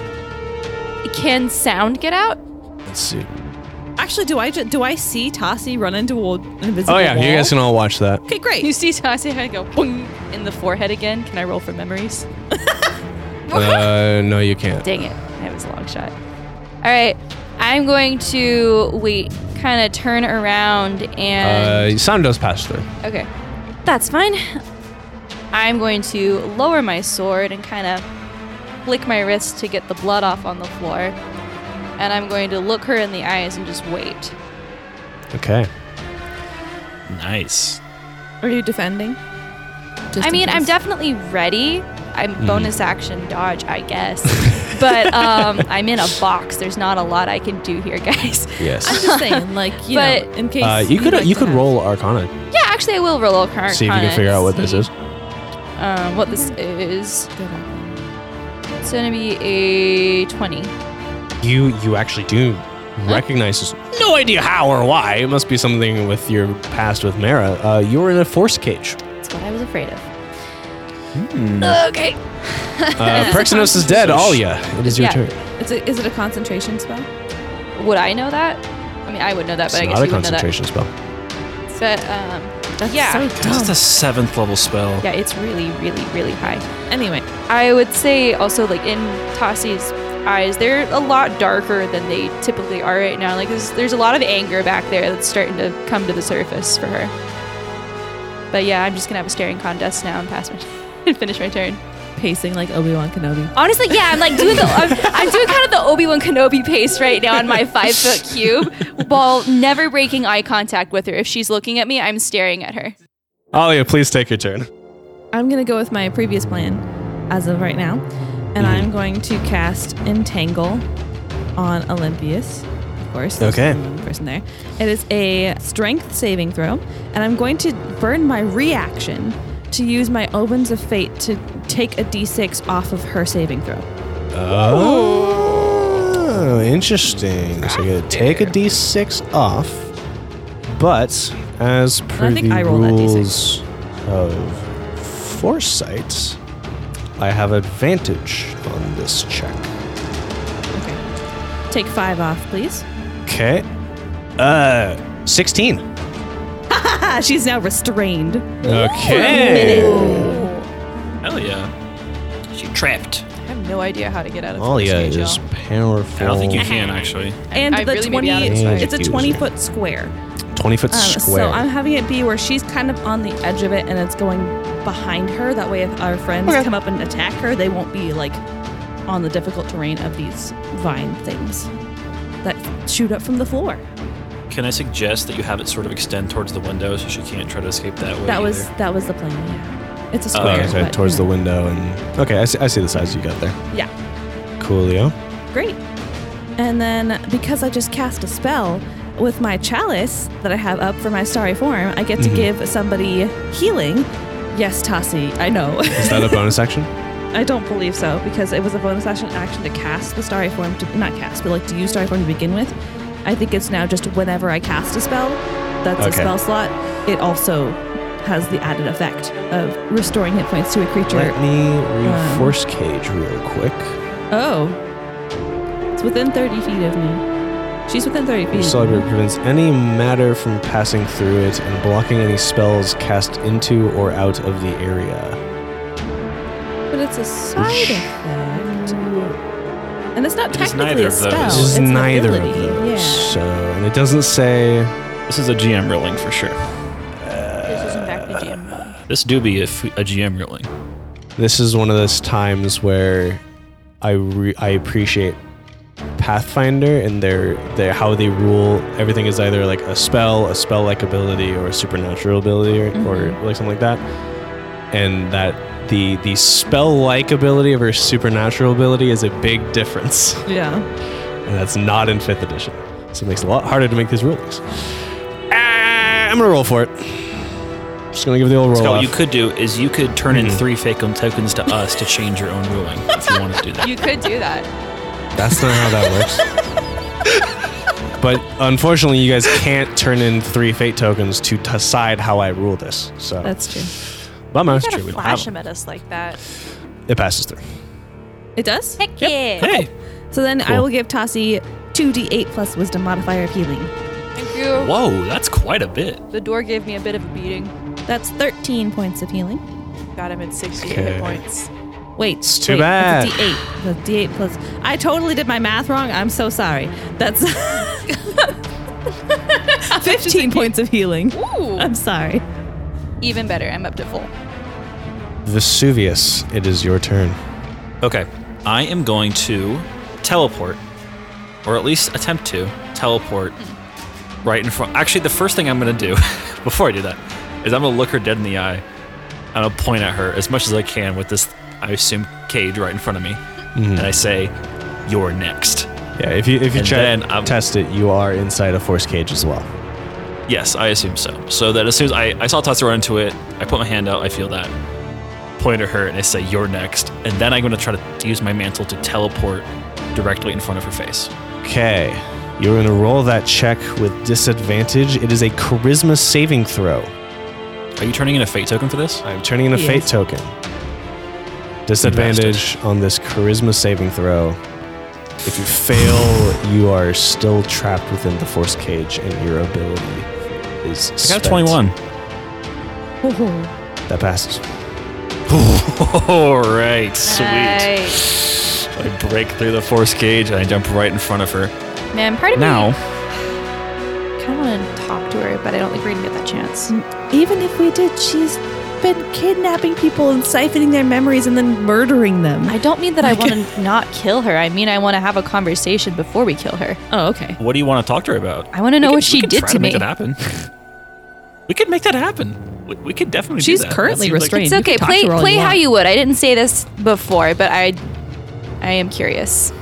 Speaker 5: can sound get out?
Speaker 7: Let's see.
Speaker 8: Actually, do I ju- do I see Tasi run into a, an invisible
Speaker 7: Oh yeah,
Speaker 8: wall?
Speaker 7: you guys can all watch that.
Speaker 8: Okay, great.
Speaker 5: You see Tassie kind of go boom in the forehead again. Can I roll for memories?
Speaker 7: Uh, no, you can't.
Speaker 5: Dang it. That was a long shot. All right. I'm going to wait, kind of turn around and.
Speaker 7: Uh, sound does pass through.
Speaker 5: okay. That's fine. I'm going to lower my sword and kind of flick my wrist to get the blood off on the floor. And I'm going to look her in the eyes and just wait.
Speaker 7: Okay.
Speaker 9: nice.
Speaker 8: Are you defending? Just
Speaker 5: I
Speaker 8: in
Speaker 5: mean, I'm
Speaker 8: case.
Speaker 5: definitely ready. I'm
Speaker 7: Mm.
Speaker 5: bonus action dodge, I guess. but um, I'm in a box. There's not a lot I can do here, guys.
Speaker 7: Yes.
Speaker 8: just saying, like you know,
Speaker 5: But-
Speaker 8: in case
Speaker 7: Uh, you
Speaker 8: you'd
Speaker 7: could
Speaker 8: like
Speaker 7: you
Speaker 8: to
Speaker 7: could
Speaker 8: have-
Speaker 7: roll Arcana.
Speaker 5: Yeah, actually, I will roll Arcana.
Speaker 7: see if you can figure out what this is.
Speaker 5: Um, what this is. It's gonna be a 20.
Speaker 7: You you actually do recognize this. No idea how or why. It must be something with your past with Mara. Uh, you were in a force cage.
Speaker 5: That's what I was afraid of.
Speaker 7: Hmm.
Speaker 5: Okay.
Speaker 7: Uh, Perxinos is dead. Alia, it is your
Speaker 5: Yeah.
Speaker 7: turn.
Speaker 8: Is it, is it a concentration spell?
Speaker 5: Would I know that? I mean, I would know that,
Speaker 7: It's
Speaker 5: but I guess
Speaker 7: not a
Speaker 5: you would know that.
Speaker 7: concentration spell.
Speaker 5: But um,
Speaker 8: That's
Speaker 5: Yeah.
Speaker 8: so
Speaker 9: That's
Speaker 8: dumb.
Speaker 9: a seventh level spell.
Speaker 5: yeah, it's really, really, really high.
Speaker 8: Anyway,
Speaker 5: I would say also like in Tasi's eyes, they're a lot darker than they typically are right now. Like there's, there's a lot of anger back there that's starting to come to the surface for her. But yeah, I'm just gonna have a staring contest now and pass my and finish my turn.
Speaker 8: pacing like Obi Wan Kenobi.
Speaker 5: Honestly, yeah, I'm like doing the I'm, I'm doing kind of the Obi Wan Kenobi pace right now on my five foot cube, while never breaking eye contact with her. If she's looking at me, I'm staring at her.
Speaker 7: Alia, please take your turn.
Speaker 8: I'm gonna go with my previous plan, as of right now,
Speaker 7: Mm-hmm.
Speaker 8: and I'm going to cast Entangle on Olympius. Of course. there's
Speaker 7: Okay.
Speaker 8: only one Person there. It is a Strength saving throw, and I'm going to burn my reaction to use my Omens of Fate to take a D6 off of her saving throw.
Speaker 7: Oh, interesting. So you gotta take a d6 off, but as per
Speaker 8: I think
Speaker 7: the
Speaker 8: I roll that D6.
Speaker 7: rules of foresight, I have advantage on this check.
Speaker 8: Okay. Take five off, please.
Speaker 7: Okay. Uh, 16.
Speaker 8: Ah, she's now restrained.
Speaker 7: Okay.
Speaker 9: Hell yeah. She trapped.
Speaker 5: I have no idea how to get out of
Speaker 7: Alia is powerful.
Speaker 9: I don't think you can actually.
Speaker 8: And
Speaker 5: I
Speaker 8: the
Speaker 5: really may be
Speaker 8: twenty
Speaker 5: out of
Speaker 7: this fight.
Speaker 8: it's a
Speaker 7: Confusing.
Speaker 8: twenty foot square.
Speaker 7: 20 foot
Speaker 8: Um,
Speaker 7: square.
Speaker 8: So I'm having it be where she's kind of on the edge of it and it's going behind her. That way, if our friends come up and attack her, they won't be like on the difficult terrain of these vine things that shoot up from the floor.
Speaker 9: Can I suggest that you have it sort of extend towards the window so she can't try to escape that way?
Speaker 8: that was
Speaker 9: either?
Speaker 8: that was the plan. Yeah, it's a
Speaker 9: Oh,
Speaker 7: Oh,
Speaker 8: square.
Speaker 7: okay, so
Speaker 8: but,
Speaker 7: towards the
Speaker 8: you
Speaker 7: window and okay, I see, I see the size you got there.
Speaker 8: know. Yeah,
Speaker 7: Coolio.
Speaker 8: great. And then because I just cast a spell with my chalice that I have up for my starry form, I get to give somebody healing. Yes, Tasi, I know.
Speaker 7: Is that a bonus action?
Speaker 8: I don't believe so because it was a bonus action action to cast the starry form to not cast, but like to use starry form to begin with. I think it's now just whenever I cast a spell, that's
Speaker 7: Okay.
Speaker 8: a spell slot. It also has the added effect of restoring hit points to a creature.
Speaker 7: Let
Speaker 8: Um,
Speaker 7: me reinforce cage real quick.
Speaker 8: oh, it's within thirty feet of me. She's within thirty
Speaker 7: Each
Speaker 8: feet. of me.
Speaker 7: celebrant prevents any matter from passing through it and blocking any spells cast into or out of the area.
Speaker 8: but it's a side effect, and it's not
Speaker 9: It is
Speaker 8: technically
Speaker 9: neither
Speaker 8: a
Speaker 9: of those.
Speaker 8: spell.
Speaker 7: this
Speaker 8: Oh, it's
Speaker 7: is
Speaker 8: an
Speaker 7: neither of
Speaker 8: ability.
Speaker 7: those.
Speaker 8: Yeah.
Speaker 7: So, and it doesn't say.
Speaker 9: This is a GM ruling for sure.
Speaker 5: This is in fact
Speaker 9: This do be a, f- a GM ruling.
Speaker 7: This is one of those times where I re- I appreciate Pathfinder and their their how they rule everything is either like a spell, a spell like ability, or a supernatural ability, or,
Speaker 8: Mm-hmm.
Speaker 7: or like something like that. And that the the spell like ability of her supernatural ability is a big difference,
Speaker 8: Yeah.
Speaker 7: and that's not in fifth edition. So it makes it a lot harder to make these rulings. Ah, I'm gonna roll for it. Just gonna give the old roll.
Speaker 9: So
Speaker 7: off.
Speaker 9: what you could do is you could turn in three fake tokens to us to change your own ruling if you want to do that.
Speaker 5: You could do that.
Speaker 7: That's not how that works. but unfortunately, you guys can't turn in three fate tokens to decide how I rule this. So
Speaker 8: That's true.
Speaker 7: bummer. It's
Speaker 5: gotta
Speaker 7: true, we don't have
Speaker 5: flash him at us like that.
Speaker 7: them. It passes through.
Speaker 8: It does?
Speaker 5: Heck yeah.
Speaker 9: Hey,
Speaker 8: So then I will give Tassi 2d8 plus wisdom modifier of healing.
Speaker 5: Thank you.
Speaker 9: whoa, that's quite a bit.
Speaker 5: The door gave me a bit of a beating.
Speaker 8: That's 13 points of healing.
Speaker 2: Got him at 60
Speaker 7: Okay.
Speaker 2: hit points.
Speaker 8: Wait,
Speaker 7: It's too
Speaker 8: wait,
Speaker 7: bad.
Speaker 8: That's a d8. That's d8 plus. I totally did my math wrong. I'm so sorry. That's 15 points of healing.
Speaker 5: Ooh.
Speaker 8: I'm sorry.
Speaker 5: Even better. I'm up to full.
Speaker 7: Vesuvius, it is your turn.
Speaker 9: Okay, I am going to teleport, or at least attempt to teleport right in front. Actually, the first thing I'm going to do before I do that is I'm going to look her dead in the eye and I'll point at her as much as I can with this, I assume, cage right in front of me. And I say, You're next.
Speaker 7: Yeah, if you if you
Speaker 9: And
Speaker 7: try
Speaker 9: then um,
Speaker 7: to
Speaker 9: I'm-
Speaker 7: test it, you are inside a force cage as well.
Speaker 9: Yes, I assume so. So that as soon as I, I saw Tatsu run into it, I put my hand out, I feel that, point at her, and I say, You're next. And then I'm going to try to, to use my mantle to teleport directly in front of her face.
Speaker 7: Okay, you're gonna roll that check with disadvantage. It is a charisma saving throw.
Speaker 9: Are you turning in a fate token for this?
Speaker 7: I'm turning in a
Speaker 8: Yes.
Speaker 7: fate token. Disadvantage on this charisma saving throw. If you fail, you are still trapped within the force cage, and your ability is.
Speaker 9: I got
Speaker 7: spent.
Speaker 9: a 21.
Speaker 7: That passes.
Speaker 9: All right, sweet.
Speaker 5: Nice.
Speaker 9: I break through the force cage and I jump right in front of her.
Speaker 5: Man, part of
Speaker 9: Now,
Speaker 5: me kind of want to talk to her, but I don't think we're gonna get that chance.
Speaker 8: Even if we did, she's been kidnapping people and siphoning their memories and then murdering them.
Speaker 5: I don't mean that I want to not kill her. I mean I want to have a conversation before we kill her.
Speaker 8: Oh, okay.
Speaker 9: what do you want to talk to her about?
Speaker 5: I want to know
Speaker 9: We
Speaker 5: what
Speaker 9: could-
Speaker 5: she
Speaker 9: we could
Speaker 5: did
Speaker 9: try
Speaker 5: to me.
Speaker 9: Make that happen. we could make that happen. We, we could definitely.
Speaker 8: She's
Speaker 9: do that. That
Speaker 8: currently
Speaker 9: seems like-
Speaker 8: restrained.
Speaker 5: It's
Speaker 8: You can
Speaker 5: okay.
Speaker 8: talk
Speaker 5: Play
Speaker 8: to her all
Speaker 5: play
Speaker 8: you
Speaker 5: how
Speaker 8: want.
Speaker 5: you would. I didn't say this before, but I I am curious.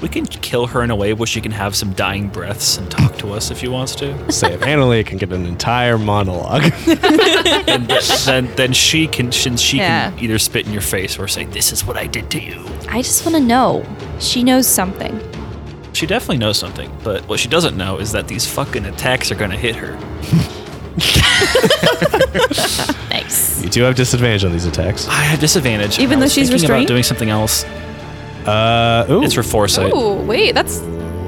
Speaker 9: we can kill her in a way where she can have some dying breaths and talk to us if she wants to.
Speaker 7: Save Annalie can get an entire monologue.
Speaker 9: and th- then then she can she, she
Speaker 5: Yeah.
Speaker 9: can either spit in your face or say, "This is what I did to you."
Speaker 5: I just want to know. She knows something.
Speaker 9: She definitely knows something, but what she doesn't know is that these fucking attacks are gonna hit her.
Speaker 5: Nice.
Speaker 7: you do have disadvantage on these attacks.
Speaker 9: I have disadvantage.
Speaker 8: Even
Speaker 9: I
Speaker 8: though
Speaker 9: was
Speaker 8: she's
Speaker 9: thinking
Speaker 8: restrained?
Speaker 9: about doing something else.
Speaker 7: Uh, ooh.
Speaker 9: It's for foresight.
Speaker 5: Ooh, wait, that's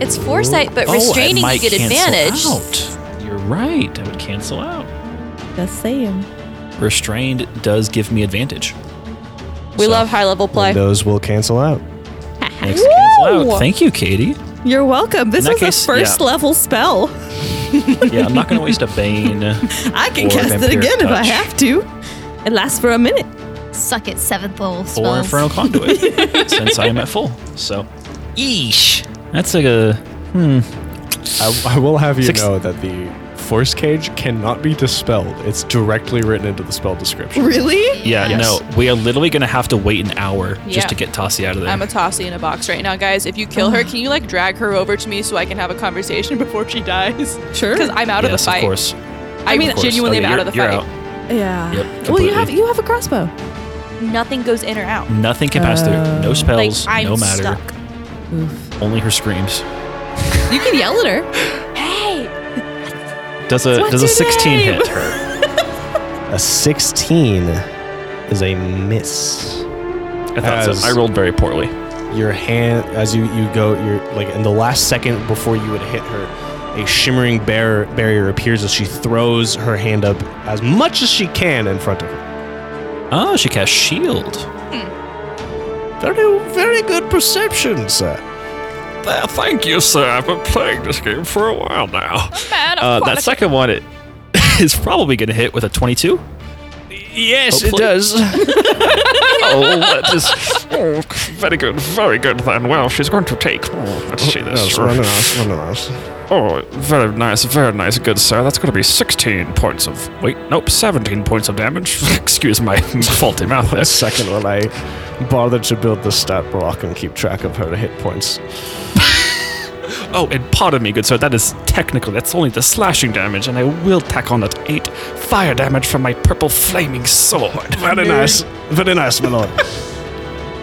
Speaker 5: it's foresight, but
Speaker 9: Oh, I
Speaker 5: restraining you
Speaker 9: might
Speaker 5: get
Speaker 9: cancel
Speaker 5: advantage.
Speaker 9: Out. You're right. I would cancel out.
Speaker 8: Just saying.
Speaker 9: Restrained does give me advantage.
Speaker 5: We
Speaker 9: So,
Speaker 5: love high level play.
Speaker 7: and those will cancel out.
Speaker 9: Makes it cancel
Speaker 8: Woo!
Speaker 9: out. Thank you, Katie.
Speaker 8: You're welcome. This
Speaker 9: that
Speaker 8: is a
Speaker 9: case,
Speaker 8: first
Speaker 9: yeah.
Speaker 8: level spell.
Speaker 9: Yeah, I'm not gonna waste a bane.
Speaker 8: I can
Speaker 9: Or
Speaker 8: cast it
Speaker 9: vampiric
Speaker 8: again if I
Speaker 9: touch.
Speaker 8: have to. It lasts for a minute.
Speaker 6: Suck it, seventh level spells.
Speaker 9: or Infernal Conduit, since I am at full. So, eesh. That's like a.
Speaker 7: I, I will have you
Speaker 9: Six-
Speaker 7: know that the force cage cannot be dispelled. It's directly written into the spell description.
Speaker 8: Really?
Speaker 9: Yeah,
Speaker 5: Yes.
Speaker 9: no. We are literally going to have to wait an hour
Speaker 2: Yeah.
Speaker 9: just to get Tossie out of there.
Speaker 2: I'm a Tossie in a box right now, guys. If you kill
Speaker 5: Oh.
Speaker 2: her, can you like drag her over to me so I can have a conversation before she dies?
Speaker 8: Sure.
Speaker 2: Because I'm out of
Speaker 9: yes,
Speaker 2: the fight.
Speaker 9: Of course.
Speaker 2: I mean,
Speaker 9: Of course.
Speaker 2: genuinely,
Speaker 9: Oh, yeah,
Speaker 2: am out of the
Speaker 9: you're-
Speaker 2: fight.
Speaker 9: You're out.
Speaker 8: Yeah.
Speaker 9: Yep,
Speaker 8: well, you
Speaker 9: completely.
Speaker 8: have you have a crossbow.
Speaker 5: Nothing goes in or out.
Speaker 9: Nothing can pass through. No
Speaker 5: Like
Speaker 9: spells,
Speaker 5: I'm
Speaker 9: no matter.
Speaker 5: stuck.
Speaker 9: Only her screams.
Speaker 8: You can yell at her.
Speaker 5: Hey,
Speaker 9: Does a
Speaker 8: What's
Speaker 9: does a
Speaker 8: your
Speaker 9: 16
Speaker 8: name?
Speaker 9: hit her?
Speaker 7: A 16 is a miss.
Speaker 9: I thought
Speaker 7: As-
Speaker 9: so. I rolled very poorly.
Speaker 7: your hand as you you go you're like in the last second before you would hit her a shimmering bar- barrier appears as she throws her hand up as much as she can in front of her
Speaker 9: Oh, she cast shield.
Speaker 7: very very good perception sir
Speaker 9: thank you, sir. I've been playing this game for a while now.
Speaker 5: man, I'm
Speaker 9: Uh,
Speaker 5: quite
Speaker 9: that second one, it is probably going to hit with a 22.
Speaker 3: Yes,
Speaker 9: Hopefully.
Speaker 3: does. oh, that is oh, very good, very good. Then, well, she's going to take. Oh, let's see this. Oh, very nice, very nice, good sir. That's going to be 16 points of. Wait, nope, 17 points of damage. Excuse my faulty mouth there.
Speaker 7: A second when I bothered to build the stat block and keep track of her hit points.
Speaker 9: Oh, and pardon me, good sir, that is technical. That's only the slashing damage, and I will tack on that 8 fire damage from my purple flaming sword.
Speaker 7: Very nice. Very nice, my lord.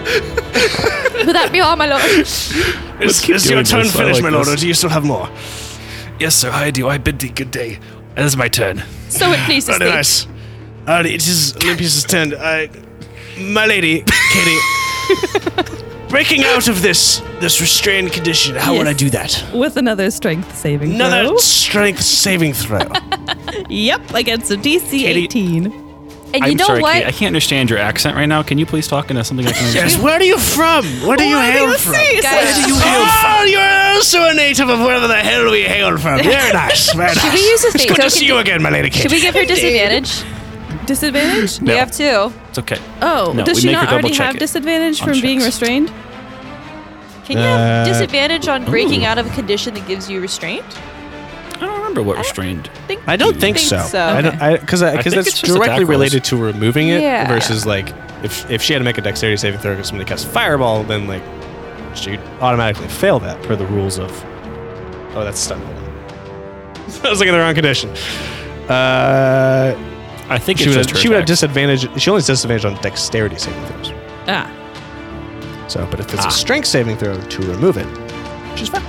Speaker 5: Would that be all, my lord?
Speaker 7: Is, is your
Speaker 9: doing
Speaker 7: turn
Speaker 9: this. I
Speaker 7: finished,
Speaker 9: like
Speaker 7: my lord,
Speaker 9: this.
Speaker 7: or do you still have more?
Speaker 9: Yes, sir, I do. I bid thee good day. It is my turn.
Speaker 5: So it pleases
Speaker 7: Very
Speaker 5: me.
Speaker 7: nice. Uh, it is Olympias' turn. Uh, my lady, Katie, breaking out of this this restrained condition. How would I
Speaker 8: Yes.
Speaker 7: do that?
Speaker 8: With another strength saving
Speaker 7: Another
Speaker 8: throw.
Speaker 7: strength saving throw.
Speaker 8: Yep, against a DC 18.
Speaker 5: And you
Speaker 9: I'm
Speaker 5: know
Speaker 9: sorry,
Speaker 5: what?
Speaker 9: Kate, I can't understand your accent right now. Can you please talk into something I can understand?
Speaker 7: yes. Where are you from? Where do you hail from?
Speaker 5: Guys,
Speaker 9: Ah!
Speaker 7: Oh, you're also a native of wherever the hell we hail from. Very nice. Very nice.
Speaker 5: Should we use a
Speaker 7: it's
Speaker 5: fate
Speaker 7: good to
Speaker 5: token
Speaker 7: see
Speaker 5: to-
Speaker 7: you again, my lady. Kate.
Speaker 5: should we give her disadvantage?
Speaker 8: Disadvantage?
Speaker 5: We have two.
Speaker 9: It's okay.
Speaker 8: Oh,
Speaker 9: No,
Speaker 8: does
Speaker 9: we
Speaker 8: she
Speaker 9: make her
Speaker 8: not already
Speaker 9: double-check
Speaker 8: have
Speaker 9: it
Speaker 8: disadvantage
Speaker 9: on
Speaker 8: from being
Speaker 9: checks.
Speaker 8: restrained?
Speaker 2: Can you have
Speaker 7: Uh,
Speaker 2: disadvantage on breaking out of a condition that gives you restraint?
Speaker 9: I don't remember what restrained.
Speaker 2: Think
Speaker 7: I don't think,
Speaker 2: Think
Speaker 7: so.
Speaker 2: so.
Speaker 7: I don't because
Speaker 9: I
Speaker 7: because
Speaker 9: think
Speaker 7: that's
Speaker 9: it's just attack
Speaker 7: directly
Speaker 9: rolls.
Speaker 7: related to removing it
Speaker 5: Yeah.
Speaker 7: versus like if if she had to make a dexterity saving throw because somebody casts fireball, then like she'd automatically fail that per the rules of. Oh, that's stun. Hold on. I was looking at the wrong condition. Uh,
Speaker 9: I think
Speaker 7: she
Speaker 9: it's
Speaker 7: would,
Speaker 9: just
Speaker 7: have,
Speaker 9: her
Speaker 7: she would have
Speaker 9: attack.
Speaker 7: disadvantage. She only has disadvantage on dexterity saving throws.
Speaker 8: Ah.
Speaker 7: So, but
Speaker 9: Ah.
Speaker 7: if it's a strength saving throw to remove it, she's fine.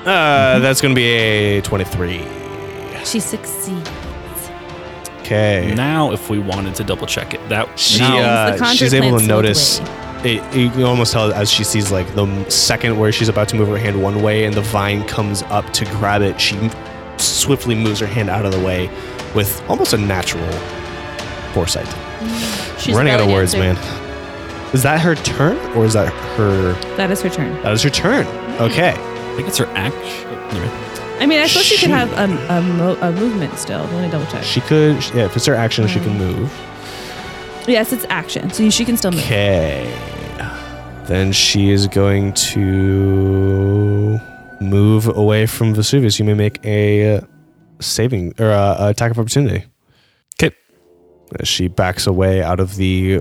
Speaker 7: Uh,
Speaker 9: Mm-hmm.
Speaker 7: that's going to be a twenty-three.
Speaker 8: She succeeds.
Speaker 7: Okay.
Speaker 9: Now, if we wanted to double check it, that
Speaker 7: she
Speaker 9: now,
Speaker 7: uh,
Speaker 8: The conjure
Speaker 7: she's able
Speaker 8: plants
Speaker 7: to
Speaker 8: look
Speaker 7: notice it, you can almost tell as she sees like the m- second where she's about to move her hand one way and the vine comes up to grab it she m- swiftly moves her hand out of the way with almost a natural foresight
Speaker 5: She's
Speaker 7: running out of
Speaker 5: a
Speaker 7: words
Speaker 5: brilliant
Speaker 7: man is that her turn or is that her
Speaker 8: That is her turn.
Speaker 7: that is her turn okay
Speaker 9: I think it's her oh, action.
Speaker 8: I mean, I suppose she,
Speaker 7: Shoot.
Speaker 8: could have um, a, mo- a movement still. Let me double check.
Speaker 7: she could yeah if it's her action she can move
Speaker 8: yes, it's action, so she can still move.
Speaker 7: Okay. Then she is going to move away from Vesuvius. You may make a uh, saving or uh, attack of opportunity.
Speaker 9: Okay.
Speaker 7: As she backs away out of the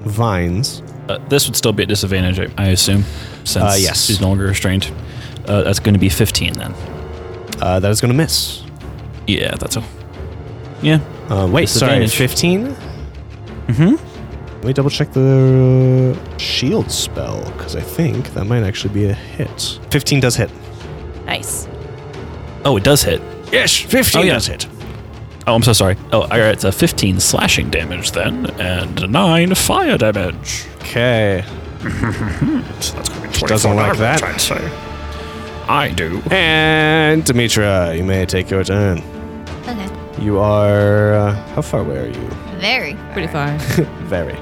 Speaker 7: vines.
Speaker 9: Uh, this would still be at disadvantage, I, I assume, since
Speaker 7: Uh, yes.
Speaker 9: she's no longer restrained. Uh, that's going to be 15 then.
Speaker 7: Uh, that is going to miss.
Speaker 9: Yeah, that's all. Yeah.
Speaker 7: Uh, wait, sorry, Mm-hmm.
Speaker 9: Disadvantage.
Speaker 7: 15? Mm-hmm. Let me double check the shield spell, because I think that might actually be a hit. 15 does hit.
Speaker 2: Nice.
Speaker 9: Oh, it does hit.
Speaker 7: Yes, 15
Speaker 9: Oh, yeah.
Speaker 7: does hit.
Speaker 9: Oh, I'm so sorry. Oh, all right, it's a 15 slashing damage then, and 9 fire damage.
Speaker 7: Okay.
Speaker 9: So that's going to be
Speaker 7: She doesn't
Speaker 9: 24
Speaker 7: like
Speaker 9: damage,
Speaker 7: that.
Speaker 9: I'd say. I do.
Speaker 7: And Demetra, you may take your turn.
Speaker 6: Okay.
Speaker 7: You are. Uh, how far away are you?
Speaker 6: Very.
Speaker 8: Pretty far.
Speaker 7: Very.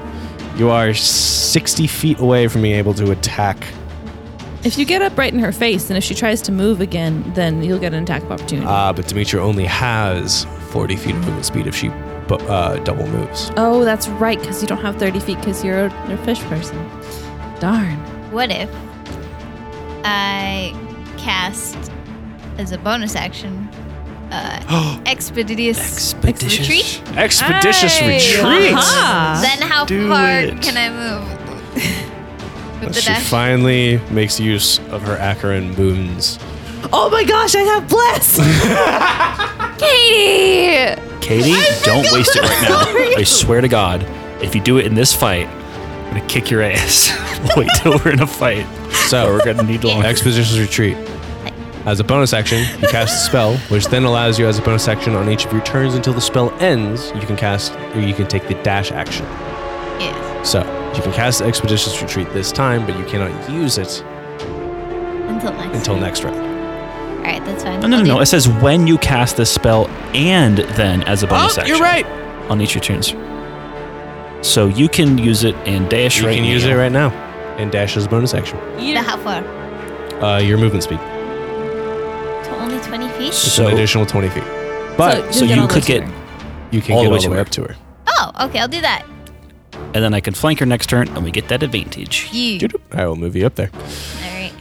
Speaker 7: You are 60 feet away from being able to attack.
Speaker 8: If you get up right in her face, and if she tries to move again, then you'll get an attack of opportunity.
Speaker 7: Ah, but Demetra only has 40 feet of movement speed if she bu- uh, double moves.
Speaker 8: oh, that's right, because you don't have 30 feet because you're a, you're a fish person. Darn.
Speaker 6: What if I cast as a bonus action uh, expeditious, retreat?
Speaker 7: Expeditious
Speaker 5: Hey!
Speaker 7: retreat!
Speaker 8: Ah.
Speaker 6: Then how
Speaker 7: do
Speaker 6: far
Speaker 7: it.
Speaker 6: can I move? With the
Speaker 7: She
Speaker 6: dash?
Speaker 7: finally makes use of her Acheron boons.
Speaker 8: Oh my gosh, I have bless.
Speaker 6: Katie!
Speaker 9: Katie, don't waste it right now. I swear to God, if you do it in this fight, I'm going to kick your ass. Wait till we're in a fight.
Speaker 7: So,
Speaker 9: We're going to need longer.
Speaker 7: Expeditious Retreat. As a bonus action, you cast a spell, which then allows you, as a bonus action, on each of your turns until the spell ends, you can cast or you can take the dash action.
Speaker 6: Yes.
Speaker 7: So you can cast Expeditious Retreat this time, but you cannot use it
Speaker 6: Until next.
Speaker 7: until next round.
Speaker 6: All right, that's fine.
Speaker 9: No, no,
Speaker 6: I'll
Speaker 9: no,
Speaker 6: do-
Speaker 9: no. It says when you cast this spell and then as a bonus
Speaker 1: Oh,
Speaker 9: action. On each of your turns. So you can use it and dash
Speaker 7: You
Speaker 9: right
Speaker 7: can
Speaker 9: now.
Speaker 7: use it right now, and dash is a bonus action.
Speaker 6: But how far?
Speaker 7: Uh, your movement speed.
Speaker 6: To only 20 feet?
Speaker 7: It's
Speaker 9: So-
Speaker 7: an additional 20 feet. But
Speaker 8: you'll
Speaker 9: so you
Speaker 8: all
Speaker 9: could
Speaker 8: those
Speaker 9: get,
Speaker 8: here.
Speaker 7: you can
Speaker 9: all the
Speaker 7: get
Speaker 9: way
Speaker 7: all
Speaker 9: to
Speaker 7: the way
Speaker 9: her.
Speaker 7: up to her.
Speaker 6: Oh, okay, I'll do that.
Speaker 9: and then I can flank her next turn, and we get that advantage.
Speaker 6: You.
Speaker 7: I will move you up there.
Speaker 6: All right.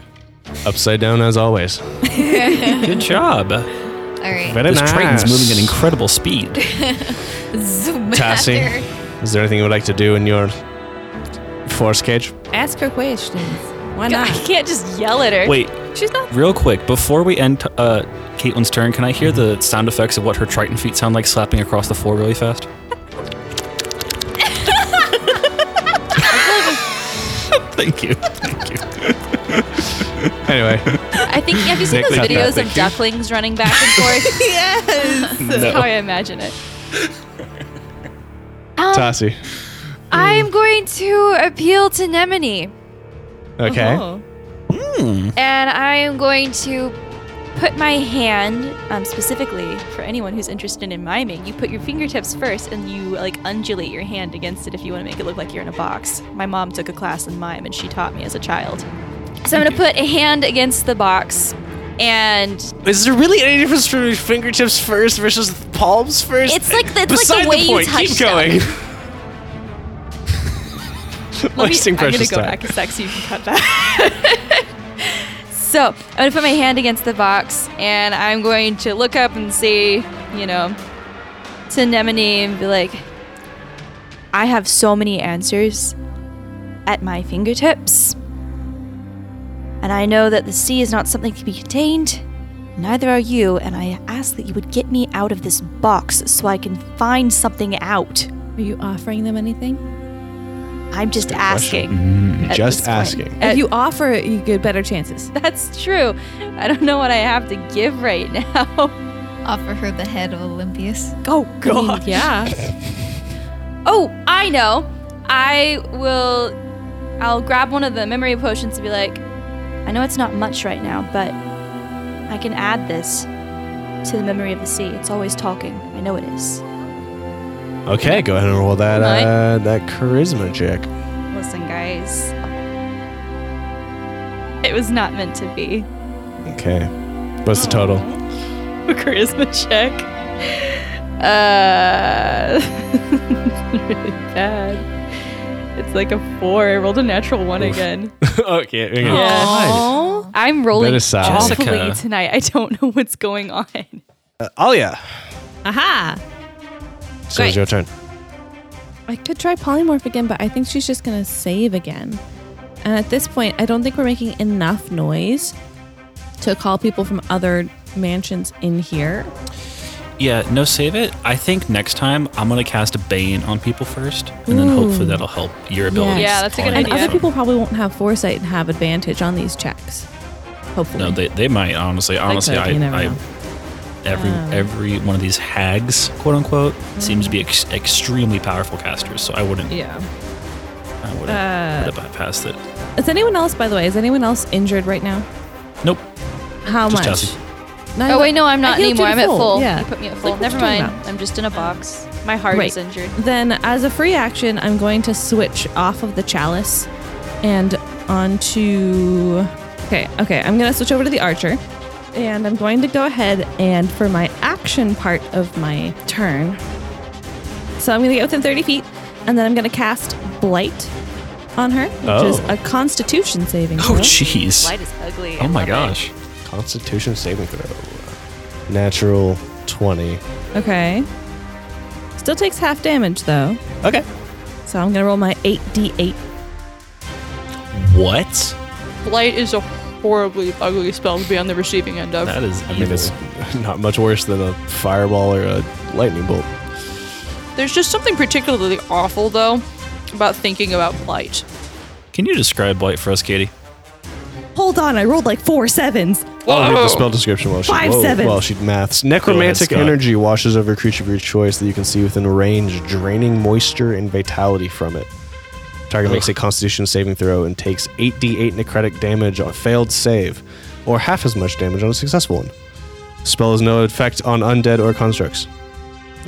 Speaker 7: Upside down as always.
Speaker 9: Good job.
Speaker 6: All right.
Speaker 7: Very
Speaker 9: This Triton's
Speaker 7: nice.
Speaker 9: moving at incredible speed.
Speaker 6: Zoom
Speaker 7: Tassie.
Speaker 6: after.
Speaker 7: Is there anything you would like to do in your force cage?
Speaker 8: Ask her questions. Why
Speaker 5: I
Speaker 8: not?
Speaker 5: can't just yell at her.
Speaker 9: Wait,
Speaker 5: She's not.
Speaker 9: real quick, before we end uh, Caitlin's turn, can I hear the sound effects of what her Triton feet sound like slapping across the floor really fast? Thank you. Thank you.
Speaker 7: Anyway,
Speaker 5: I think. Have you seen
Speaker 7: Nick,
Speaker 5: those
Speaker 7: cut that,
Speaker 5: videos
Speaker 7: thank
Speaker 5: of
Speaker 7: you.
Speaker 5: ducklings running back and forth? yes. That's
Speaker 9: No.
Speaker 5: how I imagine it.
Speaker 7: Tassie.
Speaker 5: I am going to appeal to Nemini,
Speaker 7: Okay. Hmm.
Speaker 5: and I am going to put my hand, um, specifically for anyone who's interested in miming, you put your fingertips first and you like undulate your hand against it if you want to make it look like you're in a box. My mom took a class in mime and she taught me as a child. So I'm going to put a hand against the box and
Speaker 7: Is there really any difference between fingertips first versus palms first?
Speaker 5: It's like the, it's like
Speaker 7: Beside
Speaker 5: the way
Speaker 7: the point,
Speaker 5: you touch
Speaker 7: keep going.
Speaker 5: Them. Let me,
Speaker 7: Wasting
Speaker 5: I'm gonna
Speaker 7: precious
Speaker 5: go
Speaker 7: time.
Speaker 5: back a sec so you can cut that. so I'm gonna put my hand against the box and I'm going to look up and say, you know, to Nemini and be like, I have so many answers at my fingertips. And I know that the sea is not something to be contained. Neither are you, and I ask that you would get me out of this box so I can find something out.
Speaker 8: Are you offering them anything?
Speaker 5: I'm just asking. at
Speaker 7: Mm-hmm. Just
Speaker 5: this point.
Speaker 7: asking.
Speaker 5: At-
Speaker 8: if you offer it, you get better chances.
Speaker 5: that's true. I don't know what I have to give right now.
Speaker 6: Offer her the head of Olympias.
Speaker 5: Oh
Speaker 8: I mean, yeah.
Speaker 5: Oh, I know. I will. I'll grab one of the memory potions and be like, I know it's not much right now, but I can add this to the memory of the sea. It's always talking. I know it is.
Speaker 7: Okay, go ahead and roll that uh, that charisma check.
Speaker 5: Listen, guys. It was not meant to be.
Speaker 7: Okay. What's the total?
Speaker 5: a charisma check. Uh, really bad. It's like a four. I rolled a natural one again.
Speaker 7: okay. okay.
Speaker 5: Yeah. I'm rolling
Speaker 7: That is sad.
Speaker 5: awfully
Speaker 9: Jessica.
Speaker 5: tonight. I don't know what's going on.
Speaker 7: Uh, Alia,
Speaker 8: Aha.
Speaker 7: so it's your turn.
Speaker 8: I could try polymorph again, but I think she's just gonna save again. And at this point, I don't think we're making enough noise to call people from other mansions in here.
Speaker 9: Yeah, no, save it. I think next time I'm gonna cast a bane on people first, and then hopefully that'll help your ability.
Speaker 5: Yeah, that's a good
Speaker 8: And
Speaker 5: idea.
Speaker 8: other people probably won't have foresight and have advantage on these checks. Hopefully.
Speaker 9: No, they, they might honestly. Honestly,
Speaker 8: could,
Speaker 9: I,
Speaker 8: you never
Speaker 9: I
Speaker 8: know. Um.
Speaker 9: every every one of these hags, quote unquote, seems to be ex- extremely powerful casters. So I wouldn't.
Speaker 8: yeah.
Speaker 9: I wouldn't.
Speaker 5: Uh,
Speaker 9: would have bypassed it.
Speaker 8: Is anyone else, by the way, is anyone else injured right now?
Speaker 9: Nope.
Speaker 8: How
Speaker 9: Just
Speaker 8: much?
Speaker 9: Chelsea.
Speaker 8: Nine-
Speaker 5: Oh wait, no, I'm not
Speaker 8: I healed you
Speaker 5: anymore.
Speaker 8: to
Speaker 5: I'm at full.
Speaker 8: Yeah.
Speaker 5: You put me at
Speaker 8: Like,
Speaker 5: full.
Speaker 8: what
Speaker 5: Never
Speaker 8: you talking
Speaker 5: mind.
Speaker 8: about?
Speaker 5: I'm just in a box. My heart is
Speaker 8: Right.
Speaker 5: injured.
Speaker 8: Then, as a free action, I'm going to switch off of the chalice and onto. Okay, okay. I'm going to switch over to the archer. And I'm going to go ahead and for my action part of my turn. So I'm going to get within 30 feet, and then I'm going to cast Blight on her, which is
Speaker 7: Oh.
Speaker 8: a Constitution saving
Speaker 9: Oh
Speaker 8: throw.
Speaker 9: jeez.
Speaker 5: Light is ugly.
Speaker 9: Oh my gosh.
Speaker 7: Constitution saving throw. Natural 20.
Speaker 8: Okay. Still takes half damage though.
Speaker 7: Okay.
Speaker 8: So I'm gonna roll my 8d8.
Speaker 9: What?
Speaker 2: Blight is a horribly ugly spell to be on the receiving end of.
Speaker 9: That is
Speaker 7: I mean,
Speaker 9: evil.
Speaker 7: it's not much worse than a fireball or a lightning bolt.
Speaker 2: There's just something particularly awful, though, about thinking about blight.
Speaker 9: Can you describe blight for us, Katie?
Speaker 8: Hold on, I rolled like four sevens.
Speaker 7: I'll read the spell description while she,
Speaker 8: Five
Speaker 7: whoa,
Speaker 8: sevens.
Speaker 7: while she maths. Necromantic
Speaker 9: Scott.
Speaker 7: energy washes over a creature of your choice that you can see within range, draining moisture and vitality from it. Target makes a constitution saving throw and takes 8d8 necrotic damage on a failed save, or half as much damage on a successful one. Spell has no effect on undead or constructs.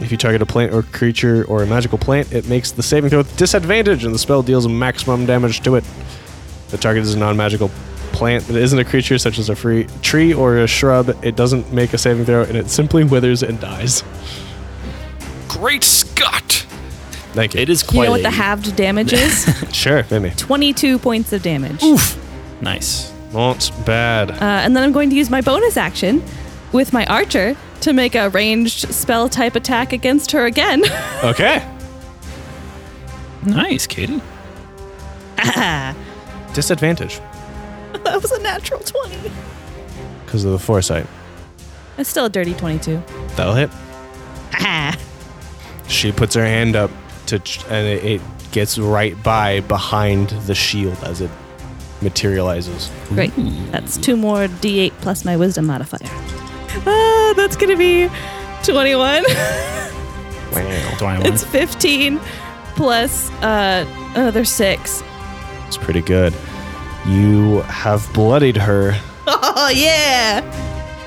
Speaker 7: If you target a plant or creature or a magical plant, it makes the saving throw with disadvantage and the spell deals maximum damage to it. The target is a non magical plant that isn't a creature such as a free tree or a shrub. It doesn't make a saving throw, and it simply withers and dies.
Speaker 9: Great Scott!
Speaker 7: Thank you.
Speaker 9: It is quite.
Speaker 8: You know what the
Speaker 9: a-
Speaker 8: halved damage is?
Speaker 7: Sure, maybe.
Speaker 8: 22 points of damage.
Speaker 9: Nice.
Speaker 7: Not bad.
Speaker 8: Uh, and then I'm going to use my bonus action with my archer to make a ranged spell type attack against her again.
Speaker 7: Okay.
Speaker 9: Nice, Katie.
Speaker 7: Disadvantage
Speaker 8: that was a natural 20.
Speaker 7: because of the foresight.
Speaker 8: That's still a dirty 22.
Speaker 7: That'll hit. She puts her hand up to, ch- and it, it gets right by behind the shield as it materializes.
Speaker 8: Great. That's two more d8 plus my wisdom modifier. Ah, that's going to be 21.
Speaker 7: Wow,
Speaker 9: Do I
Speaker 8: it's 15 plus uh, another six.
Speaker 7: it's pretty good. You have bloodied her,
Speaker 8: Oh, yeah.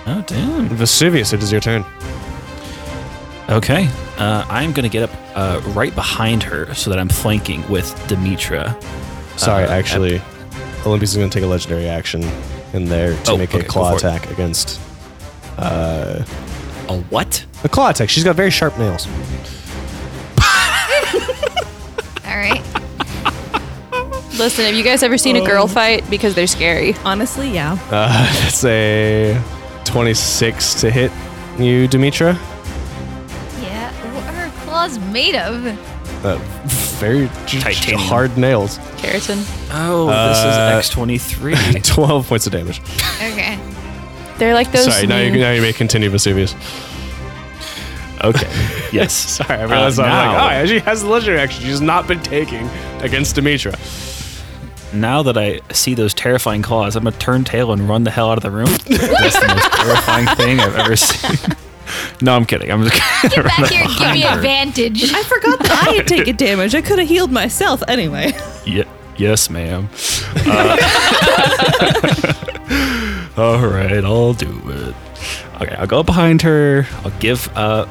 Speaker 9: Oh damn.
Speaker 7: Vesuvius. It is your turn.
Speaker 9: Okay. Uh, I'm gonna get up uh, right behind her so that I'm flanking with Demetra.
Speaker 7: Sorry,
Speaker 9: Uh,
Speaker 7: actually, Olympus is going to take a legendary action in there to
Speaker 9: Oh,
Speaker 7: make
Speaker 9: okay,
Speaker 7: a
Speaker 9: go
Speaker 7: claw
Speaker 9: for it.
Speaker 7: attack against
Speaker 9: A what?
Speaker 7: a claw attack. She's got very sharp nails.
Speaker 6: All right.
Speaker 2: Listen, have you guys ever seen a
Speaker 5: Oh.
Speaker 2: girl fight? Because they're scary.
Speaker 8: Honestly, yeah.
Speaker 7: Uh, that's a 26 to hit you, Demetra.
Speaker 6: Yeah. What are her claws made of?
Speaker 7: Uh, very j- j-
Speaker 9: Titanium.
Speaker 7: hard nails.
Speaker 2: Keratin.
Speaker 9: Oh,
Speaker 7: Uh,
Speaker 9: this is X23.
Speaker 7: 12 points of damage.
Speaker 6: Okay.
Speaker 2: They're like those.
Speaker 7: Sorry, now you, now you may continue, Vesuvius.
Speaker 9: okay. Yes. Uh,
Speaker 7: Sorry, I realized I was like,
Speaker 9: now-
Speaker 7: oh, yeah, she has the legendary action she's not been taking against Demetra.
Speaker 9: Now that I see those terrifying claws, I'm gonna turn tail and run the hell out of the room. That's the most terrifying thing I've ever seen. No, I'm kidding. I'm just kidding.
Speaker 6: Get back here and give me advantage.
Speaker 8: I forgot that I had taken damage. I could have healed myself anyway.
Speaker 9: Ye- yes, ma'am. Uh, all right, I'll do it. Okay, I'll go behind her. I'll give uh,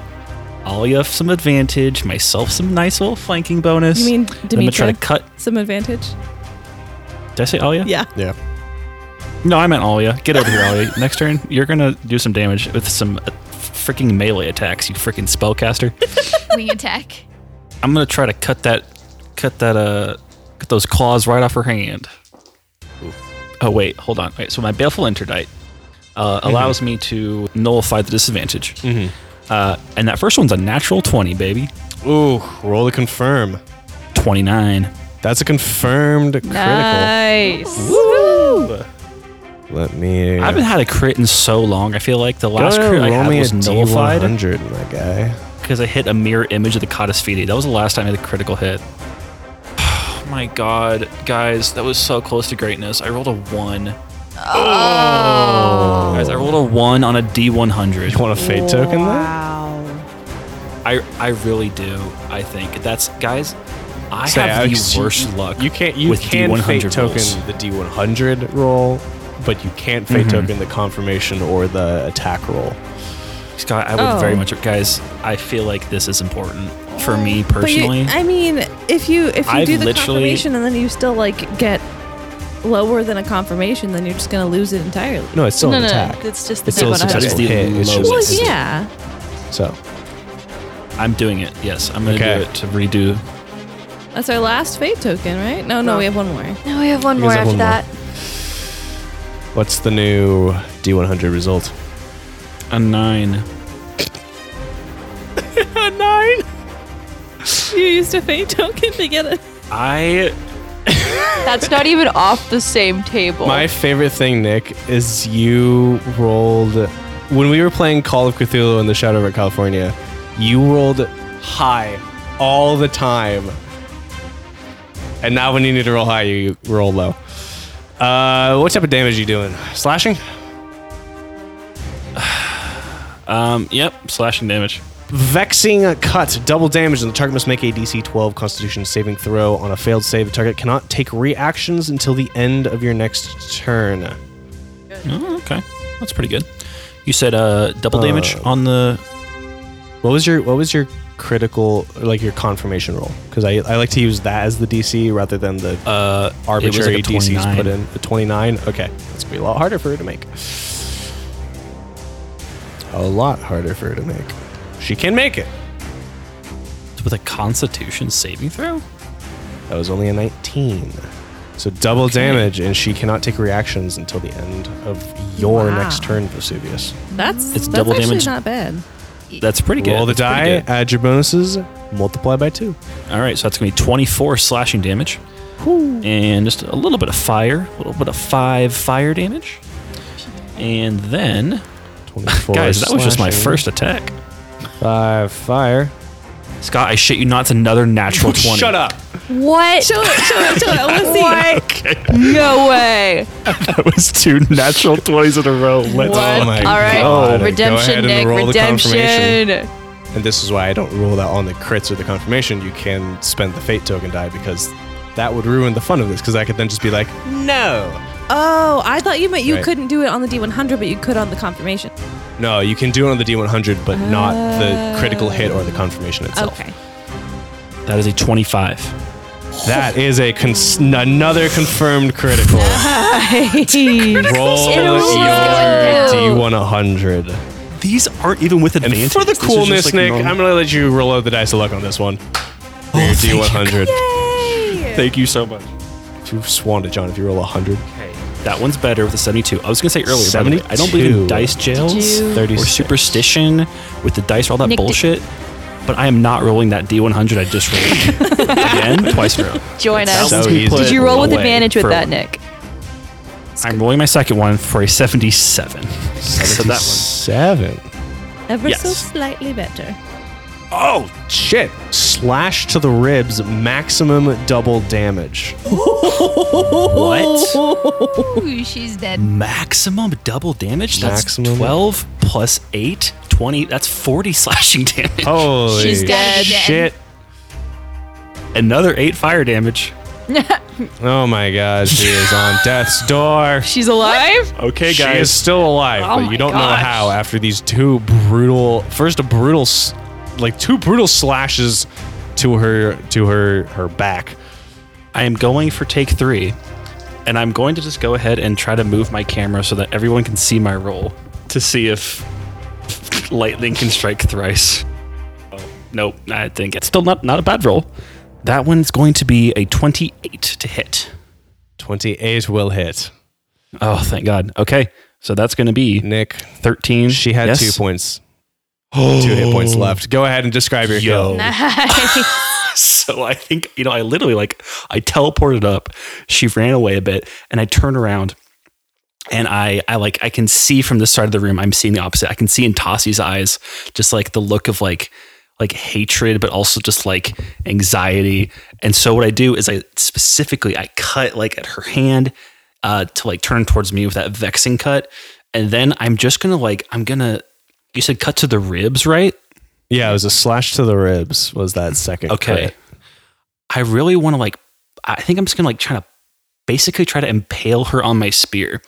Speaker 9: Alia some advantage, myself some nice little flanking bonus.
Speaker 8: You mean
Speaker 9: And I'm gonna try to
Speaker 8: Dimitra?
Speaker 9: cut.
Speaker 8: Some advantage?
Speaker 9: Did I say Alia?
Speaker 8: Yeah.
Speaker 7: Yeah.
Speaker 9: No, I meant Alia. Get over here, Alia. Next turn, you're gonna do some damage with some uh, freaking melee attacks. You freaking spellcaster.
Speaker 6: Wing attack.
Speaker 9: I'm gonna try to cut that, cut that, uh, cut those claws right off her hand. Oh wait, hold on. Wait, so my baleful interdite uh,
Speaker 7: Mm-hmm.
Speaker 9: allows me to nullify the disadvantage, uh, and that first one's a natural twenty, baby,
Speaker 7: Ooh, roll to confirm.
Speaker 9: twenty nine.
Speaker 7: That's a confirmed critical.
Speaker 2: Nice.
Speaker 7: Let me.
Speaker 9: I haven't had a crit in so long. I feel like the last
Speaker 7: Go
Speaker 9: crit I
Speaker 7: roll
Speaker 9: had
Speaker 7: me
Speaker 9: was
Speaker 7: a
Speaker 9: nullified
Speaker 7: D100, my guy.
Speaker 9: because I hit a mirror image of the Caudus That was the last time I had a critical hit. Oh my god, guys, that was so close to greatness. I rolled a one. Oh. Guys, I rolled a one on a D100.
Speaker 7: Want a fate token though?
Speaker 8: Wow.
Speaker 9: I I really do. I think that's guys. I
Speaker 7: Say,
Speaker 9: have
Speaker 7: Alex,
Speaker 9: the
Speaker 7: you-
Speaker 9: worst luck.
Speaker 7: You can't. You
Speaker 9: with
Speaker 7: can
Speaker 9: D100
Speaker 7: fate token
Speaker 9: rolls.
Speaker 7: the D100 roll, but you can't fate
Speaker 9: Mm-hmm.
Speaker 7: token the confirmation or the attack roll.
Speaker 9: Scott, I would
Speaker 8: Oh.
Speaker 9: very much, guys. I feel like this is important for me
Speaker 8: But you,
Speaker 9: personally.
Speaker 8: I mean, if you if you
Speaker 9: I've
Speaker 8: do the
Speaker 9: literally-
Speaker 8: confirmation and then you still like get lower than a confirmation, then you're just gonna lose it entirely.
Speaker 7: No, it's still
Speaker 2: no,
Speaker 7: an
Speaker 2: no,
Speaker 7: attack.
Speaker 2: it's just the
Speaker 7: It's
Speaker 2: big
Speaker 7: still a
Speaker 2: one.
Speaker 9: That is
Speaker 7: successful
Speaker 9: the
Speaker 7: hit. It's just
Speaker 8: Well,
Speaker 9: lowest.
Speaker 8: yeah.
Speaker 7: so.
Speaker 9: I'm doing it. Yes, I'm gonna
Speaker 7: Okay.
Speaker 9: do it to redo.
Speaker 8: That's our last fate token, right? No, no, we have one more.
Speaker 5: Now we have one
Speaker 7: You
Speaker 5: more
Speaker 7: guys have
Speaker 5: after
Speaker 7: one more.
Speaker 5: that.
Speaker 7: What's the new D100 result?
Speaker 9: A nine.
Speaker 8: You used a fate token to get it.
Speaker 9: I
Speaker 2: That's not even off the same table.
Speaker 7: My favorite thing, Nick, is you rolled when we were playing Call of Cthulhu in the Shadow of California. You rolled high all the time, and now when you need to roll high, you you roll low. Uh, what type of damage you doing? Slashing?
Speaker 9: um. Yep. Slashing damage.
Speaker 7: Vexing cut, double damage, and the target must make a DC 12 Constitution saving throw. On a failed save, the target cannot take reactions until the end of your next turn.
Speaker 9: Oh, okay, that's pretty good. You said uh double damage
Speaker 7: Uh,
Speaker 9: on the
Speaker 7: What was your What was your critical like your confirmation roll? Because I, I like to use that as the DC rather than the
Speaker 9: Uh,
Speaker 7: arbitrary
Speaker 9: it was like a
Speaker 7: DCs
Speaker 9: 29.
Speaker 7: put in. A twenty nine. Okay, that's gonna be a lot harder for her to make. A lot harder for her to make. She can make it.
Speaker 9: with a Constitution saving throw.
Speaker 7: That was only a nineteen. So double damage, and she cannot take reactions until the end of your
Speaker 8: Wow.
Speaker 7: next turn, Vesuvius.
Speaker 8: That's
Speaker 9: It's
Speaker 8: that's
Speaker 9: double
Speaker 8: actually
Speaker 9: damage.
Speaker 8: Not bad.
Speaker 9: That's pretty good.
Speaker 7: Roll the
Speaker 9: That's
Speaker 7: die,
Speaker 9: pretty good.
Speaker 7: add your bonuses, multiply by two.
Speaker 9: All right, so that's gonna be 24 slashing damage, and just a little bit of fire, a little bit of five fire damage, and then
Speaker 7: 24
Speaker 9: guys, that was just my
Speaker 7: slashing.
Speaker 9: first attack.
Speaker 7: Five fire.
Speaker 9: Scott, I shit you not, it's another natural 20.
Speaker 7: Shut up.
Speaker 5: What?
Speaker 8: Chill, chill, chill. I want to see.
Speaker 2: No way.
Speaker 9: That was two natural 20s in a row. Let's
Speaker 7: Oh my
Speaker 5: All right.
Speaker 7: god.
Speaker 5: Redemption, Nick. Redemption.
Speaker 7: And this is why I don't rule that on the crits or the confirmation. You can spend the fate token die because that would ruin the fun of this because I could then just be like, no.
Speaker 8: Oh, I thought you meant you
Speaker 7: Right.
Speaker 8: couldn't do it on the D100, but you could on the confirmation.
Speaker 7: No, you can do it on the D100, but not the critical hit or the confirmation itself.
Speaker 8: Okay.
Speaker 9: That is a 25.
Speaker 5: Oh.
Speaker 7: That is a cons- another confirmed critical. Roll
Speaker 5: In a row.
Speaker 7: your D100.
Speaker 9: These aren't even with
Speaker 7: And
Speaker 9: advantage.
Speaker 7: for the
Speaker 9: This is just
Speaker 7: coolness,
Speaker 9: like
Speaker 7: Nick,
Speaker 9: normal-
Speaker 7: I'm gonna let you roll out the dice of luck on this one. Your D100.
Speaker 9: Thank you so much.
Speaker 7: If you swanned it, John, if you roll 100.
Speaker 9: That one's better with a 72. I was gonna say earlier, by the way, I don't believe
Speaker 7: 72.
Speaker 9: in dice jails
Speaker 8: you-
Speaker 9: or
Speaker 7: 36.
Speaker 9: superstition with the dice, all that
Speaker 5: Nick, did-
Speaker 9: bullshit. But I am not rolling that D100 I just rolled again, twice in a row.
Speaker 5: Join us.
Speaker 7: so
Speaker 9: Since we
Speaker 7: easy.
Speaker 9: put
Speaker 5: Did you roll with
Speaker 9: away
Speaker 5: advantage with
Speaker 9: for-
Speaker 5: that, Nick?
Speaker 9: I'm rolling my second one for a 77. So that one.
Speaker 7: Seven.
Speaker 8: Ever so
Speaker 9: Yes.
Speaker 8: slightly better.
Speaker 7: Oh, shit. Slash to the ribs, maximum double damage.
Speaker 9: What?
Speaker 6: Ooh, she's dead.
Speaker 9: Maximum double damage? That's
Speaker 7: Maximum.
Speaker 9: 12 plus 8, 20. That's 40 slashing damage.
Speaker 7: Oh. Holy
Speaker 5: She's dead.
Speaker 7: shit.
Speaker 9: Another 8 fire damage.
Speaker 7: Oh my god, she is on death's door.
Speaker 2: She's alive?
Speaker 9: Okay,
Speaker 7: She is still alive,
Speaker 5: Oh
Speaker 7: but you don't know how after these two brutal first a brutal s- like two brutal slashes to her to her her back.
Speaker 9: I am going for take three, and I'm going to just go ahead and try to move my camera so that everyone can see my roll to see if lightning can strike thrice. Oh, nope, I think it's still not, not a bad roll. That one's going to be a 28 to hit.
Speaker 7: 28 will hit.
Speaker 9: Oh, thank God. Okay, so that's going to be
Speaker 7: Nick,
Speaker 9: 13.
Speaker 7: she had
Speaker 9: Yes?
Speaker 7: two points. Two hit points left. Go ahead and describe your
Speaker 9: Yo.
Speaker 7: kill.
Speaker 9: so I think you know I literally like I teleported up. She ran away a bit, and I turn around, and I I like I can see from this side of the room. I'm seeing the opposite. I can see in Tossie's eyes just like the look of like like hatred, but also just like anxiety. And so what I do is I specifically I cut like at her hand uh, to like turn towards me with that vexing cut, and then I'm just gonna like I'm gonna. You said cut to the ribs, right?
Speaker 7: Yeah, it was a slash to the ribs. Was that second?
Speaker 9: Okay.
Speaker 7: crit.
Speaker 9: I really want to like. I think I'm just gonna like try to basically try to impale her on my spear,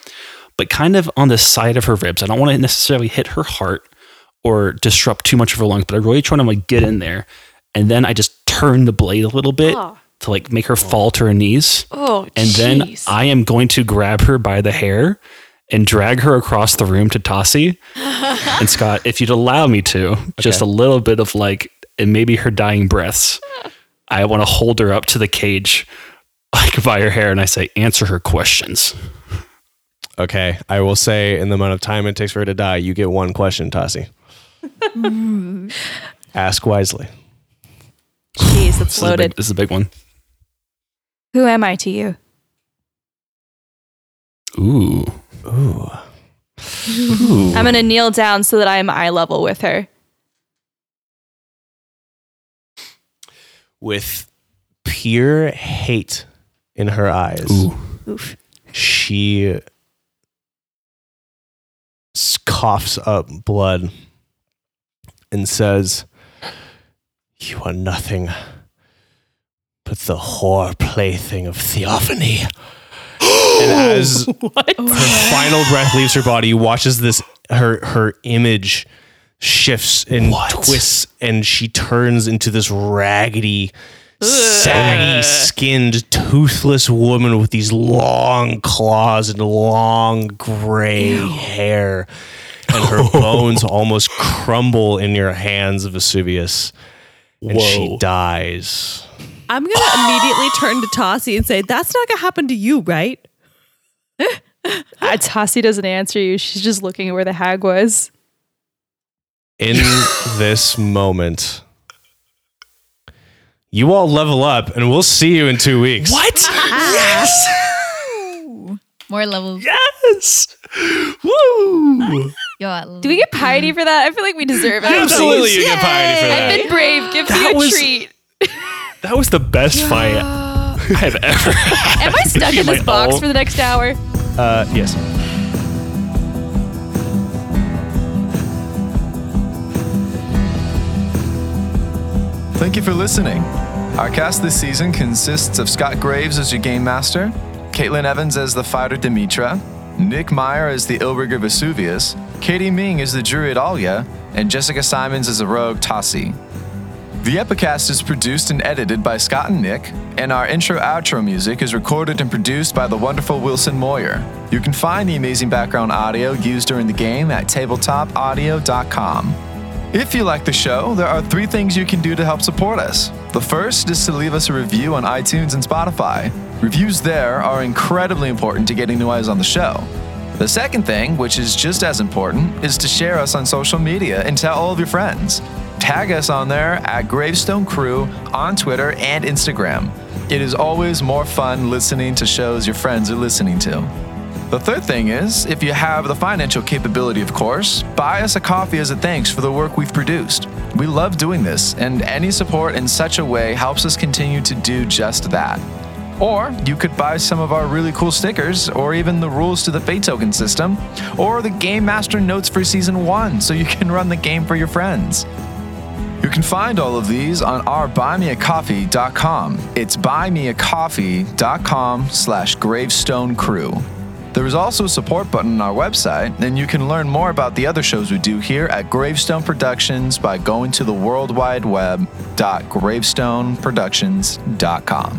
Speaker 9: but kind of on the side of her ribs. I don't want to necessarily hit her heart or disrupt too much of her lungs, but I really try to like get in there, and then I just turn the blade a little bit to like make her fall to her knees,
Speaker 2: Oh,
Speaker 9: and then
Speaker 2: jeez.
Speaker 9: I am going to grab her by the hair and drag her across the room to Tossie. and Scott, if you'd allow me to, just a little bit of like, and maybe her dying breaths. I want to hold her up to the cage, like by her hair, and I say, answer her questions.
Speaker 7: Okay. I will say in the amount of time it takes for her to die, you get one question, Tassi. Ask wisely.
Speaker 2: Jeez,
Speaker 9: This
Speaker 2: that's
Speaker 9: is, a big,
Speaker 2: loaded.
Speaker 9: this is a big one.
Speaker 5: Who am I to you?
Speaker 9: Ooh.
Speaker 7: Ooh.
Speaker 5: I'm
Speaker 9: Ooh.
Speaker 5: gonna kneel down so that I'm eye level with her.
Speaker 1: With
Speaker 7: Pure hate in her eyes.
Speaker 9: Ooh.
Speaker 7: She s- coughs up blood and says, You are nothing but the whore plaything of theophany. and as her final breath leaves her body, you watch as this her her image shifts and twists, and she turns into this raggedy, saggy skinned, toothless woman with these long claws and long gray hair. And her bones almost crumble in your hands, Vesuvius. And she dies.
Speaker 8: I'm going to immediately turn to Tossie and say, That's not going to happen to you, right?
Speaker 2: Uh, Tassie doesn't answer you. She's just looking at where the hag was.
Speaker 7: in this moment. You all level up, and we'll see you in two weeks. What?
Speaker 6: More levels.
Speaker 3: Yes! Woo!
Speaker 6: Yo,
Speaker 5: Do we get piety for that? I feel like we deserve it.
Speaker 3: Absolutely, you get piety for that.
Speaker 5: I've been brave. Give
Speaker 3: That
Speaker 5: me a
Speaker 3: was-
Speaker 5: treat.
Speaker 3: That was the best fight I have ever had.
Speaker 5: Am I stuck in this
Speaker 3: My
Speaker 5: box
Speaker 3: own-
Speaker 5: for the next hour?
Speaker 7: Uh, yes.
Speaker 11: Thank you for listening. Our cast this season consists of Scott Graves as your game master, Caitlin Evans as the fighter Demetra, Nick Meyer as the Illrigger Vesuvius, Katie Ming as the druid Alia, and Jessica Simons as the rogue Tassi. The Epicast is produced and edited by Scott and Nick, and our intro outro music is recorded and produced by the wonderful Wilson Moyer. You can find the amazing background audio used during the game at tabletopaudio.com. If you like the show, there are three things you can do to help support us. The first is to leave us a review on iTunes and Spotify. Reviews there are incredibly important to getting new eyes on the show. The second thing, which is just as important, is to share us on social media and tell all of your friends. Tag us on there at Gravestone Crew on Twitter and Instagram. It is always more fun listening to shows your friends are listening to. The third thing is, if you have the financial capability, of course, buy us a coffee as a thanks for the work we've produced. We love doing this, and any support in such a way helps us continue to do just that. Or you could buy some of our really cool stickers, or even the rules to the Fate Token system, or the Game Master notes for Season 1 so you can run the game for your friends. You can find all of these on our buymeacoffee.com. It's buymeacoffee.com slash gravestone crew. There is also a support button on our website, and you can learn more about the other shows we do here at Gravestone Productions by going to the World Wide Web dot gravestoneproductions.com.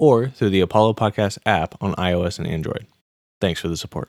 Speaker 1: or through the Apollo Podcast app on iOS and Android. Thanks for the support.